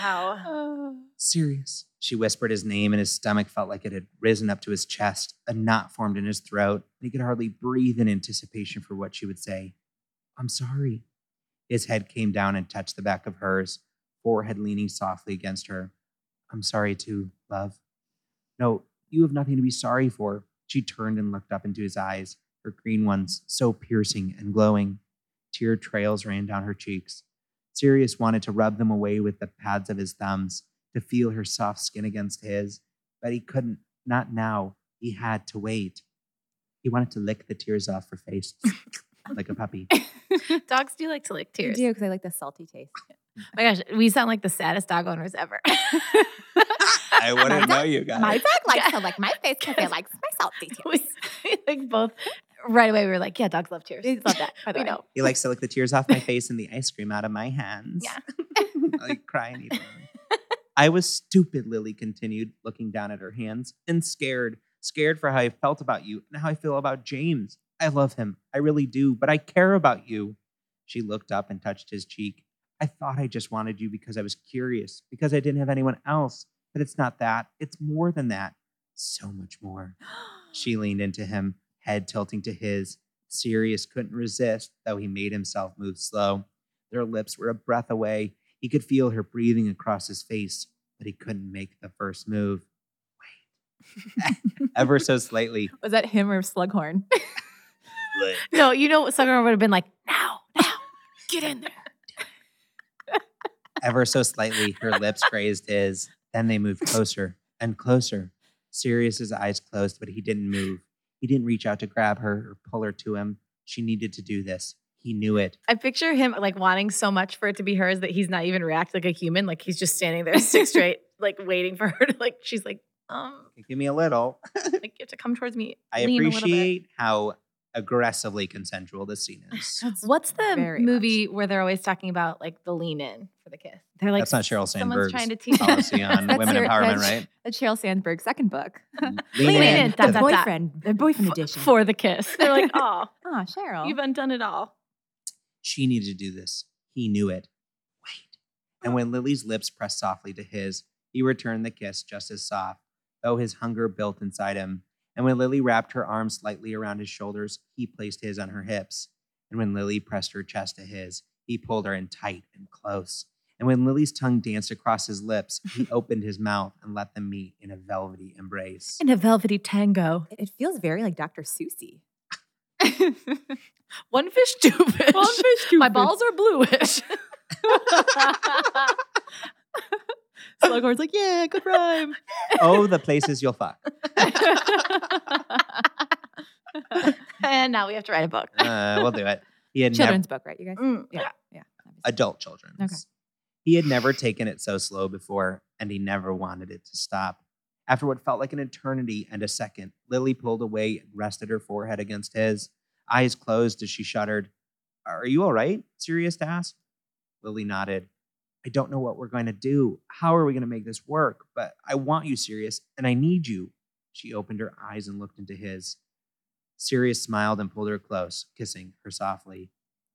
[SPEAKER 5] Wow.
[SPEAKER 2] Sirius. She whispered his name, and his stomach felt like it had risen up to his chest, a knot formed in his throat, and he could hardly breathe in anticipation for what she would say. I'm sorry. His head came down and touched the back of hers, forehead leaning softly against her. I'm sorry too, love. No, you have nothing to be sorry for. She turned and looked up into his eyes, her green ones so piercing and glowing. Tear trails ran down her cheeks. Sirius wanted to rub them away with the pads of his thumbs to feel her soft skin against his, but he couldn't, not now. He had to wait. He wanted to lick the tears off her face like a puppy.
[SPEAKER 5] Dogs do like to lick
[SPEAKER 3] I
[SPEAKER 5] tears.
[SPEAKER 3] do because I like the salty taste.
[SPEAKER 5] my gosh, we sound like the saddest dog owners ever.
[SPEAKER 2] I
[SPEAKER 3] wouldn't know
[SPEAKER 2] you
[SPEAKER 3] dog
[SPEAKER 5] likes to
[SPEAKER 3] lick my face because
[SPEAKER 5] it
[SPEAKER 3] likes my salty
[SPEAKER 5] we, like both right away. We were like, yeah, dogs love tears.
[SPEAKER 3] They love that. By the
[SPEAKER 5] We
[SPEAKER 3] way.
[SPEAKER 5] know.
[SPEAKER 2] He likes to lick the tears off my face and the ice cream out of my hands.
[SPEAKER 5] Yeah.
[SPEAKER 2] like crying even. I was stupid, Lily continued, looking down at her hands and scared. Scared for how I felt about you and how I feel about James. I love him. I really do, but I care about you. She looked up and touched his cheek. I thought I just wanted you because I was curious, because I didn't have anyone else. But it's not that. It's more than that. So much more. She leaned into him, head tilting to his. Sirius couldn't resist, though he made himself move slow. Their lips were a breath away. He could feel her breathing across his face, but he couldn't make the first move. Wait. Ever so slightly.
[SPEAKER 3] Was that him or Slughorn?
[SPEAKER 5] No, you know what Sugar would have been like, now, now, get in there.
[SPEAKER 2] Ever so slightly, her lips grazed his. Then they moved closer and closer. Sirius's eyes closed, but he didn't move. He didn't reach out to grab her or pull her to him. She needed to do this. He knew it.
[SPEAKER 5] I picture him like wanting so much for it to be hers that he's not even reacting like a human. Like he's just standing there six straight, like waiting for her to like. She's like, um,
[SPEAKER 2] Give me a little.
[SPEAKER 5] like you have to come towards me.
[SPEAKER 2] I
[SPEAKER 5] lean a little bit.
[SPEAKER 2] appreciate how aggressively consensual this scene is.
[SPEAKER 5] What's the
[SPEAKER 3] Very
[SPEAKER 5] movie where they're always talking about like the lean in for the kiss? They're like
[SPEAKER 2] That's not Cheryl Sandberg's
[SPEAKER 5] someone's trying to teach
[SPEAKER 2] policy on
[SPEAKER 3] That's
[SPEAKER 2] women
[SPEAKER 3] your-
[SPEAKER 2] empowerment,
[SPEAKER 3] that's-
[SPEAKER 2] right?
[SPEAKER 3] The Cheryl Sandberg second book.
[SPEAKER 5] Lean in.
[SPEAKER 2] to
[SPEAKER 5] Dot,
[SPEAKER 2] the-
[SPEAKER 5] dot, dot.
[SPEAKER 3] boyfriend, the boyfriend edition.
[SPEAKER 5] for the kiss. They're like, oh,
[SPEAKER 3] Ah, Cheryl.
[SPEAKER 5] you've undone it all.
[SPEAKER 2] She needed to do this. He knew it. Wait. And when Lily's lips pressed softly to his, he returned the kiss just as soft, though his hunger built inside him. And when Lily wrapped her arms slightly around his shoulders, he placed his on her hips. And when Lily pressed her chest to his, he pulled her in tight and close. And when Lily's tongue danced across his lips, he opened his mouth and let them meet in a velvety embrace.
[SPEAKER 5] In a velvety tango.
[SPEAKER 3] It feels very like Dr. Susie.
[SPEAKER 5] One fish, two fish. My balls are bluish. Slughorn's like, yeah, good rhyme.
[SPEAKER 2] oh, the places you'll fuck.
[SPEAKER 5] and now we have to write a book.
[SPEAKER 2] Uh, we'll do it. He had never,
[SPEAKER 3] Children's book, right, you guys?
[SPEAKER 5] Mm.
[SPEAKER 3] Yeah. Yeah. obviously.
[SPEAKER 2] adult children.
[SPEAKER 3] Okay.
[SPEAKER 2] He had never taken it so slow before, and he never wanted it to stop. After what felt like an eternity and a second, Lily pulled away and rested her forehead against his, eyes closed as she shuddered. Are you all right? Sirius asked. Lily nodded. I don't know what we're going to do. How are we going to make this work? But I want you, Sirius, and I need you. She opened her eyes and looked into his. Sirius smiled and pulled her close, kissing her softly.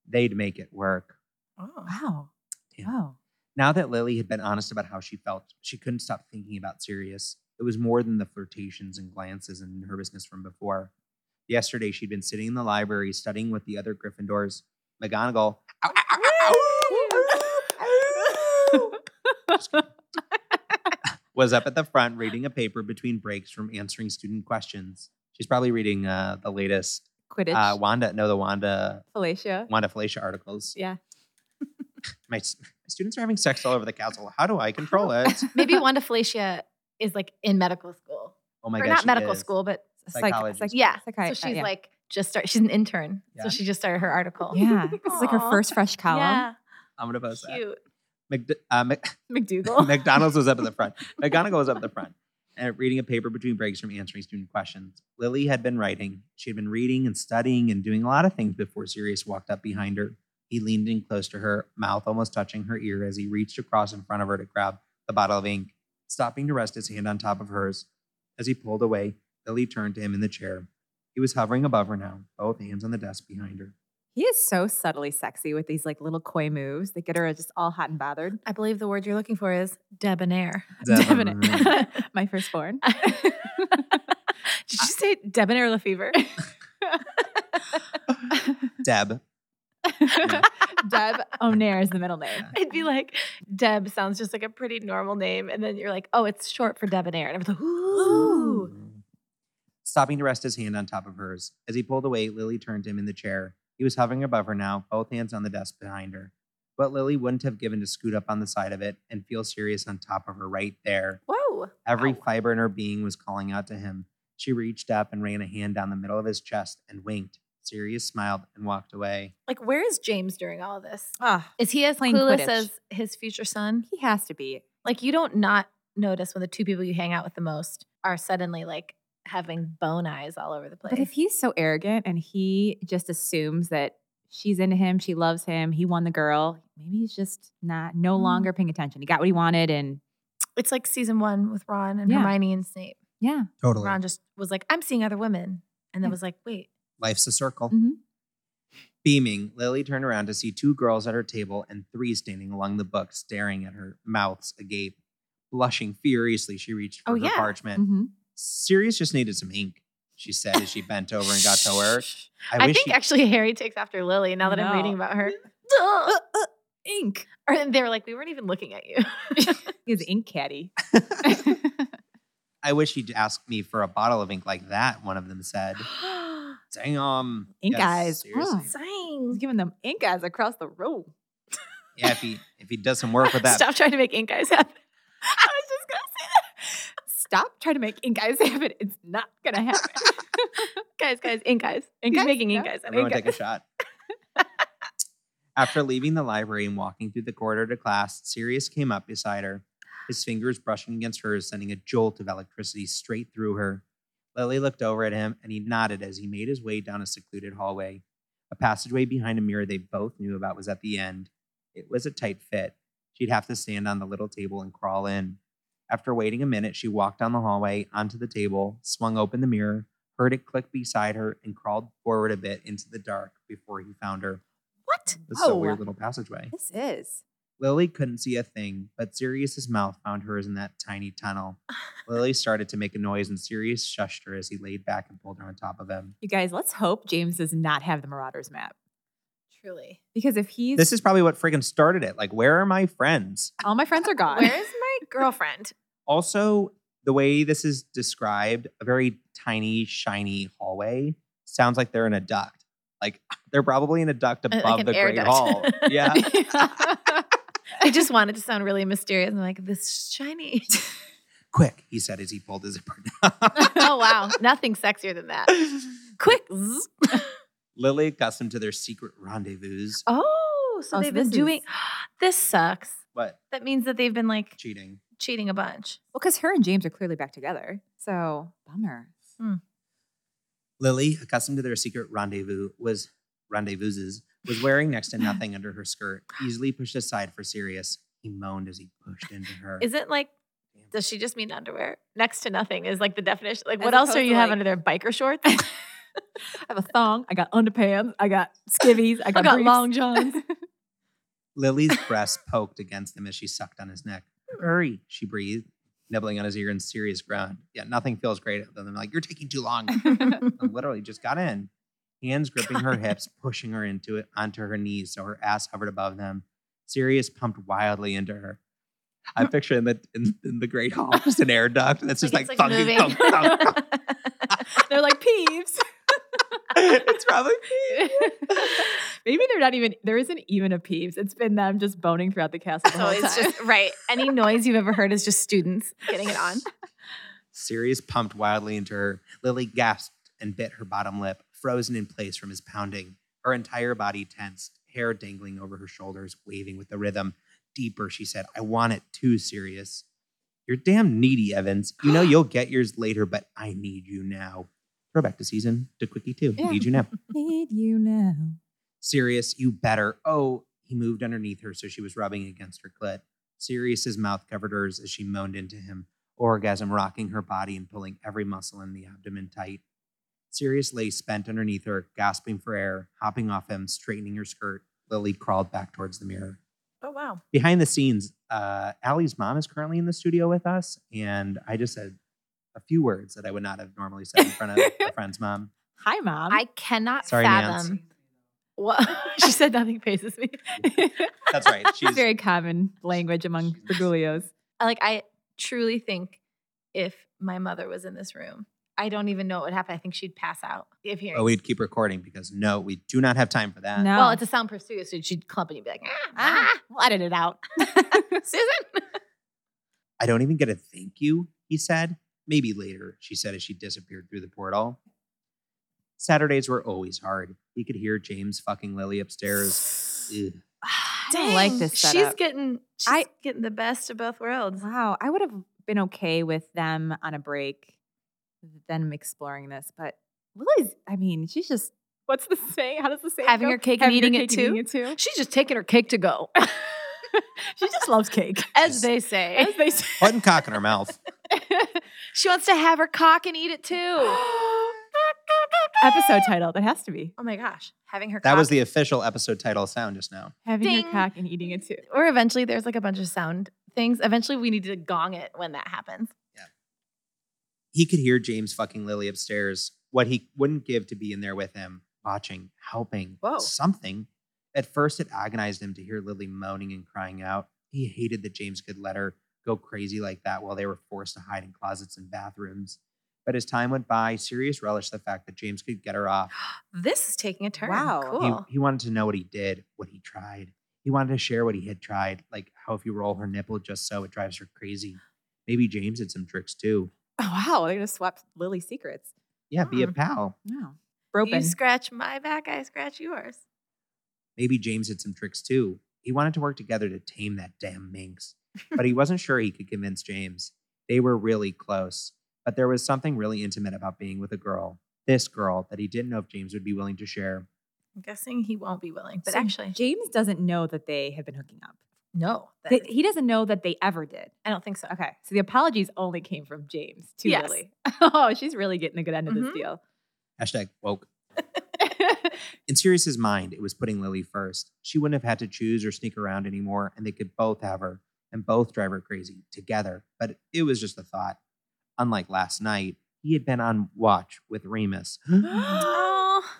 [SPEAKER 2] They'd make it work.
[SPEAKER 3] Wow.
[SPEAKER 2] Yeah.
[SPEAKER 3] Wow.
[SPEAKER 2] Now that Lily had been honest about how she felt, she couldn't stop thinking about Sirius. It was more than the flirtations and glances and nervousness from before. Yesterday, she'd been sitting in the library studying with the other Gryffindors. McGonagall ow, ow, ow, ow, ow, ow, ow, was up at the front reading a paper between breaks from answering student questions. She's probably reading uh, the latest
[SPEAKER 3] Quidditch.
[SPEAKER 2] uh, Wanda, no, the Wanda
[SPEAKER 3] Felicia.
[SPEAKER 2] Wanda Felicia articles.
[SPEAKER 3] Yeah.
[SPEAKER 2] My, s- my students are having sex all over the castle. How do I control it?
[SPEAKER 5] Maybe Wanda Felicia is like in medical school.
[SPEAKER 2] Oh my
[SPEAKER 5] or
[SPEAKER 2] gosh.
[SPEAKER 5] not medical school, but
[SPEAKER 2] Psychologist.
[SPEAKER 5] yeah.
[SPEAKER 3] Psychiatry.
[SPEAKER 5] so she's
[SPEAKER 3] uh, yeah.
[SPEAKER 5] like just start. She's an intern,
[SPEAKER 2] Yeah.
[SPEAKER 5] so she just started her article.
[SPEAKER 3] yeah. This is like her
[SPEAKER 5] Aw.
[SPEAKER 3] first fresh column.
[SPEAKER 5] Yeah,
[SPEAKER 2] I'm gonna post that.
[SPEAKER 5] cute.
[SPEAKER 2] Mc, uh, Mc,
[SPEAKER 3] McDougal.
[SPEAKER 2] McDonald's was up at the front. McGonagall was up at the front, and reading a paper between breaks from answering student questions. Lily had been writing. She had been reading and studying and doing a lot of things before Sirius walked up behind her. He leaned in close to her, mouth almost touching her ear as he reached across in front of her to grab the bottle of ink, stopping to rest his hand on top of hers. As he pulled away, Lily turned to him in the chair. He was hovering above her now, both hands on the desk behind her.
[SPEAKER 3] He is so subtly sexy with these like little coy moves that get her just all hot and bothered.
[SPEAKER 5] I believe the word you're looking for is debonair.
[SPEAKER 3] Debonair.
[SPEAKER 2] Debonair.
[SPEAKER 3] My firstborn.
[SPEAKER 5] Did you say debonair Lefevre?
[SPEAKER 2] Deb.
[SPEAKER 3] Deb O'Nair is the middle name.
[SPEAKER 5] I'd be like, Deb sounds just like a pretty normal name, and then you're like, oh, it's short for debonair, and I was like, ooh.
[SPEAKER 2] Stopping to rest his hand on top of hers. As he pulled away, Lily turned to him in the chair. He was hovering above her now, both hands on the desk behind her. What Lily wouldn't have given to scoot up on the side of it and feel serious on top of her right there.
[SPEAKER 5] Whoa.
[SPEAKER 2] Every
[SPEAKER 5] Ow.
[SPEAKER 2] fiber in her being was calling out to him. She reached up and ran a hand down the middle of his chest and winked. Sirius smiled and walked away.
[SPEAKER 5] Like, where is James during all of this?
[SPEAKER 3] Ah,
[SPEAKER 5] Is he as
[SPEAKER 3] Playing
[SPEAKER 5] clueless
[SPEAKER 3] Quidditch.
[SPEAKER 5] as his future son?
[SPEAKER 3] he has to be.
[SPEAKER 5] Like, you don't not notice when the two people you hang out with the most are suddenly like having bone eyes all over the place.
[SPEAKER 3] But if he's so arrogant and he just assumes that she's into him, she loves him, he won the girl, maybe he's just not no
[SPEAKER 5] Mm.
[SPEAKER 3] longer paying attention. He got what he wanted and
[SPEAKER 5] it's like season one with Ron and
[SPEAKER 3] Yeah.
[SPEAKER 5] Hermione and Snape.
[SPEAKER 3] yeah.
[SPEAKER 2] Totally.
[SPEAKER 5] Ron just was like, I'm seeing other women. And then was like, wait,
[SPEAKER 2] Life's a circle.
[SPEAKER 3] Mhm.
[SPEAKER 2] Beaming, Lily turned around to see two girls at her table and three standing along the book, staring at her, mouths agape. Blushing furiously, she reached for
[SPEAKER 5] Oh,
[SPEAKER 2] her
[SPEAKER 5] yeah.
[SPEAKER 2] parchment.
[SPEAKER 3] Mhm.
[SPEAKER 2] Sirius just needed some ink, she said as she bent over and got to work.
[SPEAKER 5] I,
[SPEAKER 2] I, wish
[SPEAKER 5] think
[SPEAKER 2] he-
[SPEAKER 5] actually Harry takes after Lily now that
[SPEAKER 3] No.
[SPEAKER 5] I'm reading about her.
[SPEAKER 3] Ink.
[SPEAKER 5] Or they were like, we weren't even looking at you.
[SPEAKER 3] He's ink caddy.
[SPEAKER 2] I wish he'd asked me for a bottle of ink like that, one of them said. Damn.
[SPEAKER 3] Ink
[SPEAKER 2] Yeah,
[SPEAKER 3] eyes.
[SPEAKER 2] Seriously.
[SPEAKER 3] Mm. He's
[SPEAKER 5] Sign.
[SPEAKER 3] giving them ink eyes across the room.
[SPEAKER 2] Yeah, if he if he does some work with that.
[SPEAKER 5] Stop trying to make ink eyes happen.
[SPEAKER 3] I was just gonna say that. Stop trying to make ink eyes happen. It's not gonna happen.
[SPEAKER 5] guys, guys, ink eyes.
[SPEAKER 3] Ink
[SPEAKER 5] He's
[SPEAKER 3] eyes?
[SPEAKER 5] making ink
[SPEAKER 3] No.
[SPEAKER 5] eyes. happen.
[SPEAKER 2] Everyone take
[SPEAKER 5] Ink
[SPEAKER 2] a
[SPEAKER 5] eyes.
[SPEAKER 2] shot. After leaving the library and walking through the corridor to class, Sirius came up beside her, his fingers brushing against hers, sending a jolt of electricity straight through her. Lily looked over at him and he nodded as he made his way down a secluded hallway. A passageway behind a mirror they both knew about was at the end. It was a tight fit. She'd have to stand on the little table and crawl in. After waiting a minute, she walked down the hallway onto the table, swung open the mirror, heard it click beside her, and crawled forward a bit into the dark before he found her.
[SPEAKER 5] What?
[SPEAKER 2] This is a
[SPEAKER 5] Oh.
[SPEAKER 3] Whoa.
[SPEAKER 2] weird little passageway.
[SPEAKER 3] Oh, This is
[SPEAKER 2] Lily couldn't see a thing, but Sirius's mouth found hers in that tiny tunnel. Lily started to make a noise, and Sirius shushed her as he laid back and pulled her on top of him.
[SPEAKER 3] You guys, let's hope James does not have the Marauders map.
[SPEAKER 5] Truly.
[SPEAKER 3] Because if he's
[SPEAKER 2] This is probably what friggin' started it. Like, where are my friends?
[SPEAKER 3] all my friends are gone.
[SPEAKER 5] Where is my girlfriend?
[SPEAKER 2] Also, the way this is described, a very tiny, shiny hallway sounds like they're in a duct. Like they're probably in a duct
[SPEAKER 5] Uh, like
[SPEAKER 2] above
[SPEAKER 5] an
[SPEAKER 2] the
[SPEAKER 5] air
[SPEAKER 2] Great
[SPEAKER 5] duct.
[SPEAKER 2] Hall. Yeah.
[SPEAKER 5] I just wanted to sound really mysterious. I'm like, this is shiny.
[SPEAKER 2] Quick, he said as he pulled his zipper down.
[SPEAKER 5] oh wow, nothing sexier than that. Quick. zzz.
[SPEAKER 2] Lily accustomed to their secret rendezvous.
[SPEAKER 5] Oh, so
[SPEAKER 3] Oh, so
[SPEAKER 5] they've been
[SPEAKER 3] this
[SPEAKER 5] doing.
[SPEAKER 3] is-
[SPEAKER 5] this sucks.
[SPEAKER 2] What?
[SPEAKER 5] That means that they've been like
[SPEAKER 2] Cheating.
[SPEAKER 5] cheating a bunch.
[SPEAKER 3] Well, because her and James are clearly back together. So bummer.
[SPEAKER 2] Lily, accustomed to their secret rendezvous, was rendezvouses, was wearing next to nothing under her skirt, easily pushed aside for Sirius. He moaned as he pushed into her.
[SPEAKER 5] Is it like? Does she just mean underwear? Next to nothing is like the definition. Like,
[SPEAKER 3] As
[SPEAKER 5] what else
[SPEAKER 3] opposed
[SPEAKER 5] are you
[SPEAKER 3] to,
[SPEAKER 5] have
[SPEAKER 3] like-
[SPEAKER 5] under there? Biker shorts.
[SPEAKER 3] I have a thong. I got underpants. I got skivvies. I
[SPEAKER 5] I
[SPEAKER 3] got,
[SPEAKER 5] got
[SPEAKER 3] briefs.
[SPEAKER 5] long johns.
[SPEAKER 2] Lily's breast poked against him as she sucked on his neck. Hurry, she breathed, nibbling on his ear in serious ground. Yeah, nothing feels great other than like, you're taking too long. I literally just got in. Hands gripping her hips, pushing her into it onto her knees so her ass hovered above them. Sirius pumped wildly into her. I picture in the in, in the Great Hall just an air duct that's just like,
[SPEAKER 5] It's,
[SPEAKER 2] thunk,
[SPEAKER 5] moving.
[SPEAKER 2] thunk, thunk, thunk.
[SPEAKER 3] They're like peeves.
[SPEAKER 2] It's probably
[SPEAKER 3] Maybe they're not even. There isn't even a peeves. It's been them just boning throughout the castle. The
[SPEAKER 5] so
[SPEAKER 3] whole
[SPEAKER 5] it's
[SPEAKER 3] time.
[SPEAKER 5] just right. Any noise you've ever heard is just students getting it on.
[SPEAKER 2] Sirius pumped wildly into her. Lily gasped and bit her bottom lip, frozen in place from his pounding. Her entire body tensed, hair dangling over her shoulders, waving with the rhythm. Deeper, she said, I want it too, Sirius. You're damn needy, Evans. You know you'll get yours later, but I need you now. Throwback to season to Quickie 2.
[SPEAKER 3] Yeah.
[SPEAKER 2] Need you now.
[SPEAKER 3] need you now.
[SPEAKER 2] Sirius, you better. Oh, he moved underneath her so she was rubbing against her clit. Sirius's mouth covered hers as she moaned into him, orgasm rocking her body and pulling every muscle in the abdomen tight. Sirius lay spent underneath her, gasping for air, hopping off him, straightening her skirt. Lily crawled back towards the mirror.
[SPEAKER 5] Oh wow.
[SPEAKER 2] Behind the scenes, uh, Allie's mom is currently in the studio with us, and I just said a few words that I would not have normally said in front of a friend's mom.
[SPEAKER 3] Hi, mom.
[SPEAKER 5] I cannot
[SPEAKER 2] Sorry, Nance.
[SPEAKER 5] fathom. What she said nothing faces me.
[SPEAKER 2] That's right.
[SPEAKER 3] It's
[SPEAKER 2] She's
[SPEAKER 3] very common language among Bergulios.
[SPEAKER 5] I- like I truly think if my mother was in this room, I don't even know what would happen. I think she'd pass out if hearing.
[SPEAKER 2] Oh, we'd keep recording because no, we do not have time for that.
[SPEAKER 3] No.
[SPEAKER 5] Well, it's a sound pursuit, so she'd clump and you'd be like, ah,
[SPEAKER 3] ah, we'll edit it out.
[SPEAKER 5] ah, Susan.
[SPEAKER 2] I don't even get a thank you, he said. Maybe later, she said as she disappeared through the portal. Saturdays were always hard. He could hear James fucking Lily upstairs. Ugh.
[SPEAKER 3] I don't like this setup.
[SPEAKER 5] She's getting she's
[SPEAKER 3] I-
[SPEAKER 5] getting the best of both worlds.
[SPEAKER 3] Wow, I would have been okay with them on a break, them exploring this, but Lily's, I mean, she's just. What's the saying? How does the saying
[SPEAKER 5] Having
[SPEAKER 3] go?
[SPEAKER 5] her cake and eating it
[SPEAKER 3] and
[SPEAKER 5] too?
[SPEAKER 3] eating it
[SPEAKER 5] She's just taking her cake to go.
[SPEAKER 3] she just loves cake.
[SPEAKER 5] As they say.
[SPEAKER 3] As they say.
[SPEAKER 2] Putting cock in her mouth.
[SPEAKER 5] she wants to have her cock and eat it too.
[SPEAKER 3] Episode title. That has to be.
[SPEAKER 5] Oh my gosh. Having her
[SPEAKER 2] That
[SPEAKER 5] cock
[SPEAKER 2] was the official episode title sound just now.
[SPEAKER 3] Having
[SPEAKER 5] Ding.
[SPEAKER 3] her cock and eating it too.
[SPEAKER 5] or eventually there's like a bunch of sound things. Eventually we need to gong it when that happens.
[SPEAKER 2] He could hear James fucking Lily upstairs. What he wouldn't give to be in there with him, watching, helping,
[SPEAKER 5] Whoa.
[SPEAKER 2] something. At first, it agonized him to hear Lily moaning and crying out. He hated that James could let her go crazy like that while they were forced to hide in closets and bathrooms. But as time went by, Sirius relished the fact that James could get her off.
[SPEAKER 5] This is taking a turn.
[SPEAKER 3] Wow. He-
[SPEAKER 5] Cool.
[SPEAKER 2] He, he wanted to know what he did, what he tried. He wanted to share what he had tried, like how if you roll her nipple just so, it drives her crazy. Maybe James had some tricks too.
[SPEAKER 3] Oh, wow, they're gonna swap Lily's secrets.
[SPEAKER 2] Yeah, be a
[SPEAKER 5] Hmm.
[SPEAKER 2] pal.
[SPEAKER 3] Wow,
[SPEAKER 5] You
[SPEAKER 3] broken.
[SPEAKER 5] scratch my back, I scratch yours.
[SPEAKER 2] Maybe James had some tricks too. He wanted to work together to tame that damn minx, but he wasn't sure he could convince James. They were really close, but there was something really intimate about being with a girl, this girl, that he didn't know if James would be willing to share.
[SPEAKER 5] I'm guessing he won't be willing, but
[SPEAKER 3] So
[SPEAKER 5] actually,
[SPEAKER 3] James doesn't know that they have been hooking up.
[SPEAKER 5] no, that-
[SPEAKER 3] That- he doesn't know that they ever did.
[SPEAKER 5] I don't think so.
[SPEAKER 3] Okay. So the apologies only came from James to
[SPEAKER 5] Yes.
[SPEAKER 3] Lily. Oh, she's really getting a good end of
[SPEAKER 5] Mhm.
[SPEAKER 3] this deal.
[SPEAKER 2] Hashtag woke. In Sirius's mind, it was putting Lily first. She wouldn't have had to choose or sneak around anymore, and they could both have her and both drive her crazy together. But it was just a thought. Unlike last night, he had been on watch with Remus.
[SPEAKER 5] oh,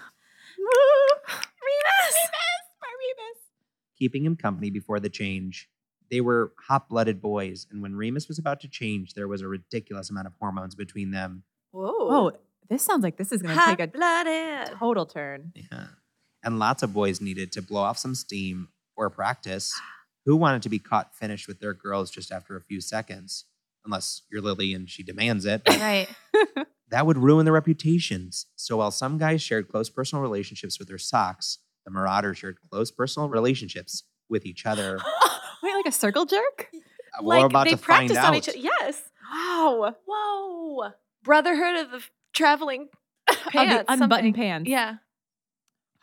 [SPEAKER 2] keeping him company before the change. They were hot blooded boys, and when Remus was about to change, there was a ridiculous amount of hormones between them.
[SPEAKER 3] Oh, this sounds like this is going to take a
[SPEAKER 5] blooded.
[SPEAKER 3] total turn.
[SPEAKER 2] Yeah. And lots of boys needed to blow off some steam or practice. Who wanted to be caught finished with their girls just after a few seconds? Unless you're Lily and she demands it. but
[SPEAKER 5] Right.
[SPEAKER 2] that would ruin their reputations. So while some guys shared close personal relationships with their socks, the Marauders shared close personal relationships with each other.
[SPEAKER 3] Wait, like a circle jerk?
[SPEAKER 2] We're about
[SPEAKER 5] they
[SPEAKER 2] to find
[SPEAKER 5] practiced
[SPEAKER 2] out.
[SPEAKER 5] on each other. Yes.
[SPEAKER 3] Wow.
[SPEAKER 5] Whoa. Brotherhood of the f- traveling pants.
[SPEAKER 3] oh, the unbuttoned
[SPEAKER 5] something.
[SPEAKER 3] pants.
[SPEAKER 5] Yeah.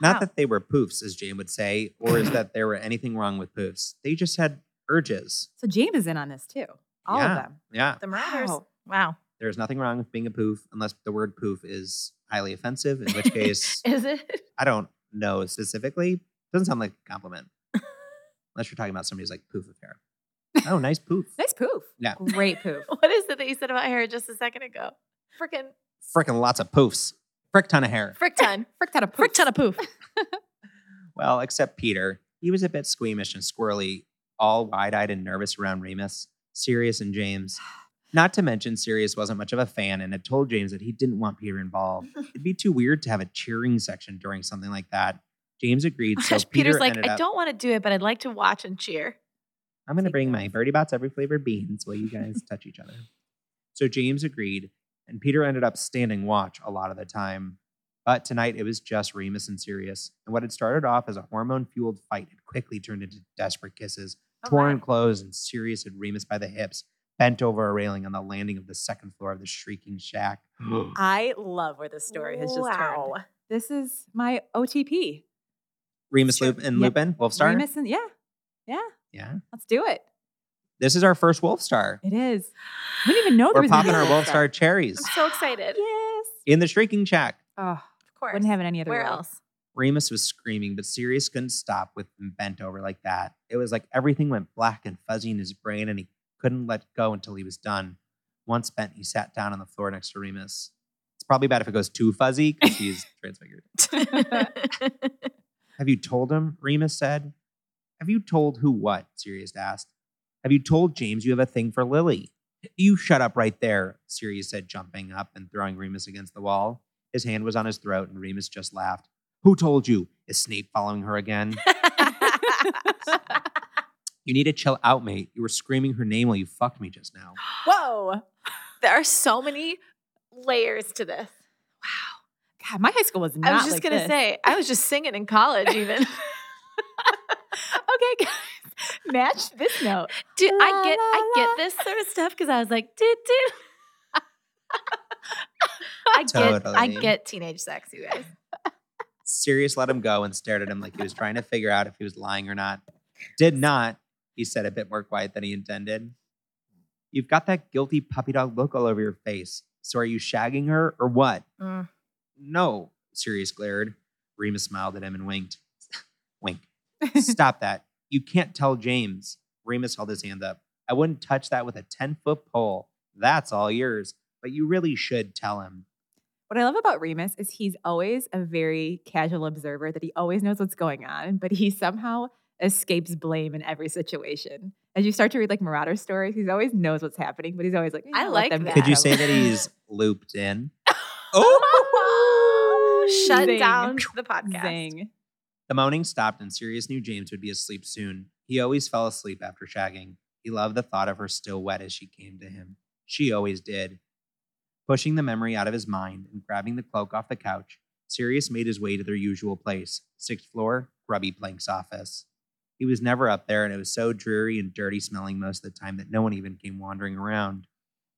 [SPEAKER 2] Not
[SPEAKER 3] Wow.
[SPEAKER 2] that they were poofs, as Jane would say, or is that there were anything wrong with poofs. They just had urges.
[SPEAKER 3] So James is in on this too. All
[SPEAKER 2] Yeah.
[SPEAKER 3] of them.
[SPEAKER 2] Yeah.
[SPEAKER 5] The
[SPEAKER 3] Marauders.
[SPEAKER 5] Wow. wow.
[SPEAKER 2] There's nothing wrong with being a poof unless the word poof is highly offensive, in which case
[SPEAKER 5] Is it?
[SPEAKER 2] I don't know specifically. Doesn't sound like a compliment. Unless you're talking about somebody who's like poof of hair. Oh, nice poof.
[SPEAKER 3] Nice poof.
[SPEAKER 2] Yeah.
[SPEAKER 3] Great poof.
[SPEAKER 5] What is it that you said about hair just a second ago? Frickin'
[SPEAKER 2] Frickin' lots of poofs. Frick ton of hair.
[SPEAKER 5] frick ton.
[SPEAKER 3] Fricked out a poof.
[SPEAKER 5] frick ton of poof.
[SPEAKER 2] Well, except Peter. He was a bit squeamish and squirrely, all wide eyed and nervous around Remus, Sirius, and James. Not to mention, Sirius wasn't much of a fan and had told James that he didn't want Peter involved. It'd be too weird to have a cheering section during something like that. James agreed, so
[SPEAKER 5] Gosh,
[SPEAKER 2] Peter
[SPEAKER 5] Peter's like,
[SPEAKER 2] ended
[SPEAKER 5] I
[SPEAKER 2] up,
[SPEAKER 5] don't want to do it, but I'd like to watch and cheer.
[SPEAKER 2] I'm going to
[SPEAKER 3] Take
[SPEAKER 2] bring my
[SPEAKER 3] those.
[SPEAKER 2] Birdie Bots every flavored beans while you guys touch each other. So James agreed, and Peter ended up standing watch a lot of the time. But tonight it was just Remus and Sirius, and what had started off as a hormone fueled fight had quickly turned into desperate kisses,
[SPEAKER 3] Oh,
[SPEAKER 2] torn clothes, and Sirius had Remus by the hips, bent over a railing on the landing of the second floor of the shrieking shack.
[SPEAKER 4] I love where this story has just
[SPEAKER 5] wow.
[SPEAKER 4] turned.
[SPEAKER 3] This is my OTP.
[SPEAKER 2] Remus
[SPEAKER 3] Sure.
[SPEAKER 2] Loop and
[SPEAKER 3] Yeah.
[SPEAKER 2] Lupin, Wolfstar.
[SPEAKER 3] Remus and- yeah. Yeah.
[SPEAKER 2] Yeah.
[SPEAKER 3] Let's do it.
[SPEAKER 2] This is our first Wolfstar.
[SPEAKER 3] It is. We didn't even know there
[SPEAKER 2] We're
[SPEAKER 3] was gonna be
[SPEAKER 2] popping our
[SPEAKER 3] a wolf star.
[SPEAKER 2] Wolfstar cherries
[SPEAKER 5] I'm so excited.
[SPEAKER 3] Yes.
[SPEAKER 2] in the shrieking shack.
[SPEAKER 3] Oh,
[SPEAKER 5] Of course.
[SPEAKER 3] wouldn't have it any other
[SPEAKER 5] Where
[SPEAKER 3] way.
[SPEAKER 5] else?
[SPEAKER 2] Remus was screaming, but Sirius couldn't stop with him bent over like that. It was like everything went black and fuzzy in his brain, and he couldn't let go until he was done. Once bent, he sat down on the floor next to Remus. It's probably bad if it goes too fuzzy because he's transfigured. Have you told him? Remus said. Have you told who what? Sirius asked. Have you told James you have a thing for Lily? You shut up right there, Sirius said, jumping up and throwing Remus against the wall. His hand was on his throat, and Remus just laughed. Who told you? Is Snape following her again? you need to chill out, mate. You were screaming her name while you fucked me just now.
[SPEAKER 3] Whoa.
[SPEAKER 5] there are so many layers to this.
[SPEAKER 3] God, my high school was not
[SPEAKER 5] I was just
[SPEAKER 3] like
[SPEAKER 5] gonna
[SPEAKER 3] this.
[SPEAKER 5] say, I was just singing in college. Even
[SPEAKER 3] okay, guys, match this note.
[SPEAKER 5] Dude,
[SPEAKER 3] La,
[SPEAKER 5] I get,
[SPEAKER 3] la,
[SPEAKER 5] I
[SPEAKER 3] la.
[SPEAKER 5] get this sort of stuff because I was like, dude, dude. I get, I
[SPEAKER 2] Totally.
[SPEAKER 5] get teenage sex, you guys.
[SPEAKER 2] Sirius let him go and stared at him like he was trying to figure out if he was lying or not. Did not, he said a bit more quiet than he intended. You've got that guilty puppy dog look all over your face. So are you shagging her or what?
[SPEAKER 5] Mm.
[SPEAKER 2] No, Sirius glared. Remus smiled at him and winked. Wink. Stop that. You can't tell James. Remus held his hand up. I wouldn't touch that with a 10 foot pole. That's all yours. But you really should tell him.
[SPEAKER 3] What I love about Remus is he's always a very casual observer that he always knows what's going on, but he somehow escapes blame in every situation. As you start to read like Marauder stories, he always knows what's happening, but he's always like,
[SPEAKER 5] I
[SPEAKER 3] "I'll let
[SPEAKER 5] like
[SPEAKER 3] them
[SPEAKER 5] that.
[SPEAKER 2] Could you
[SPEAKER 3] get
[SPEAKER 2] say
[SPEAKER 3] out."
[SPEAKER 2] that he's looped in? Oh!
[SPEAKER 5] Shut
[SPEAKER 3] Zing.
[SPEAKER 5] down the podcast.
[SPEAKER 3] Zing.
[SPEAKER 2] The moaning stopped, and Sirius knew James would be asleep soon. He always fell asleep after shagging. He loved the thought of her still wet as she came to him. She always did. Pushing the memory out of his mind and grabbing the cloak off the couch, Sirius made his way to their usual place, sixth floor, grubby Plank's office. He was never up there, and it was so dreary and dirty smelling most of the time that no one even came wandering around.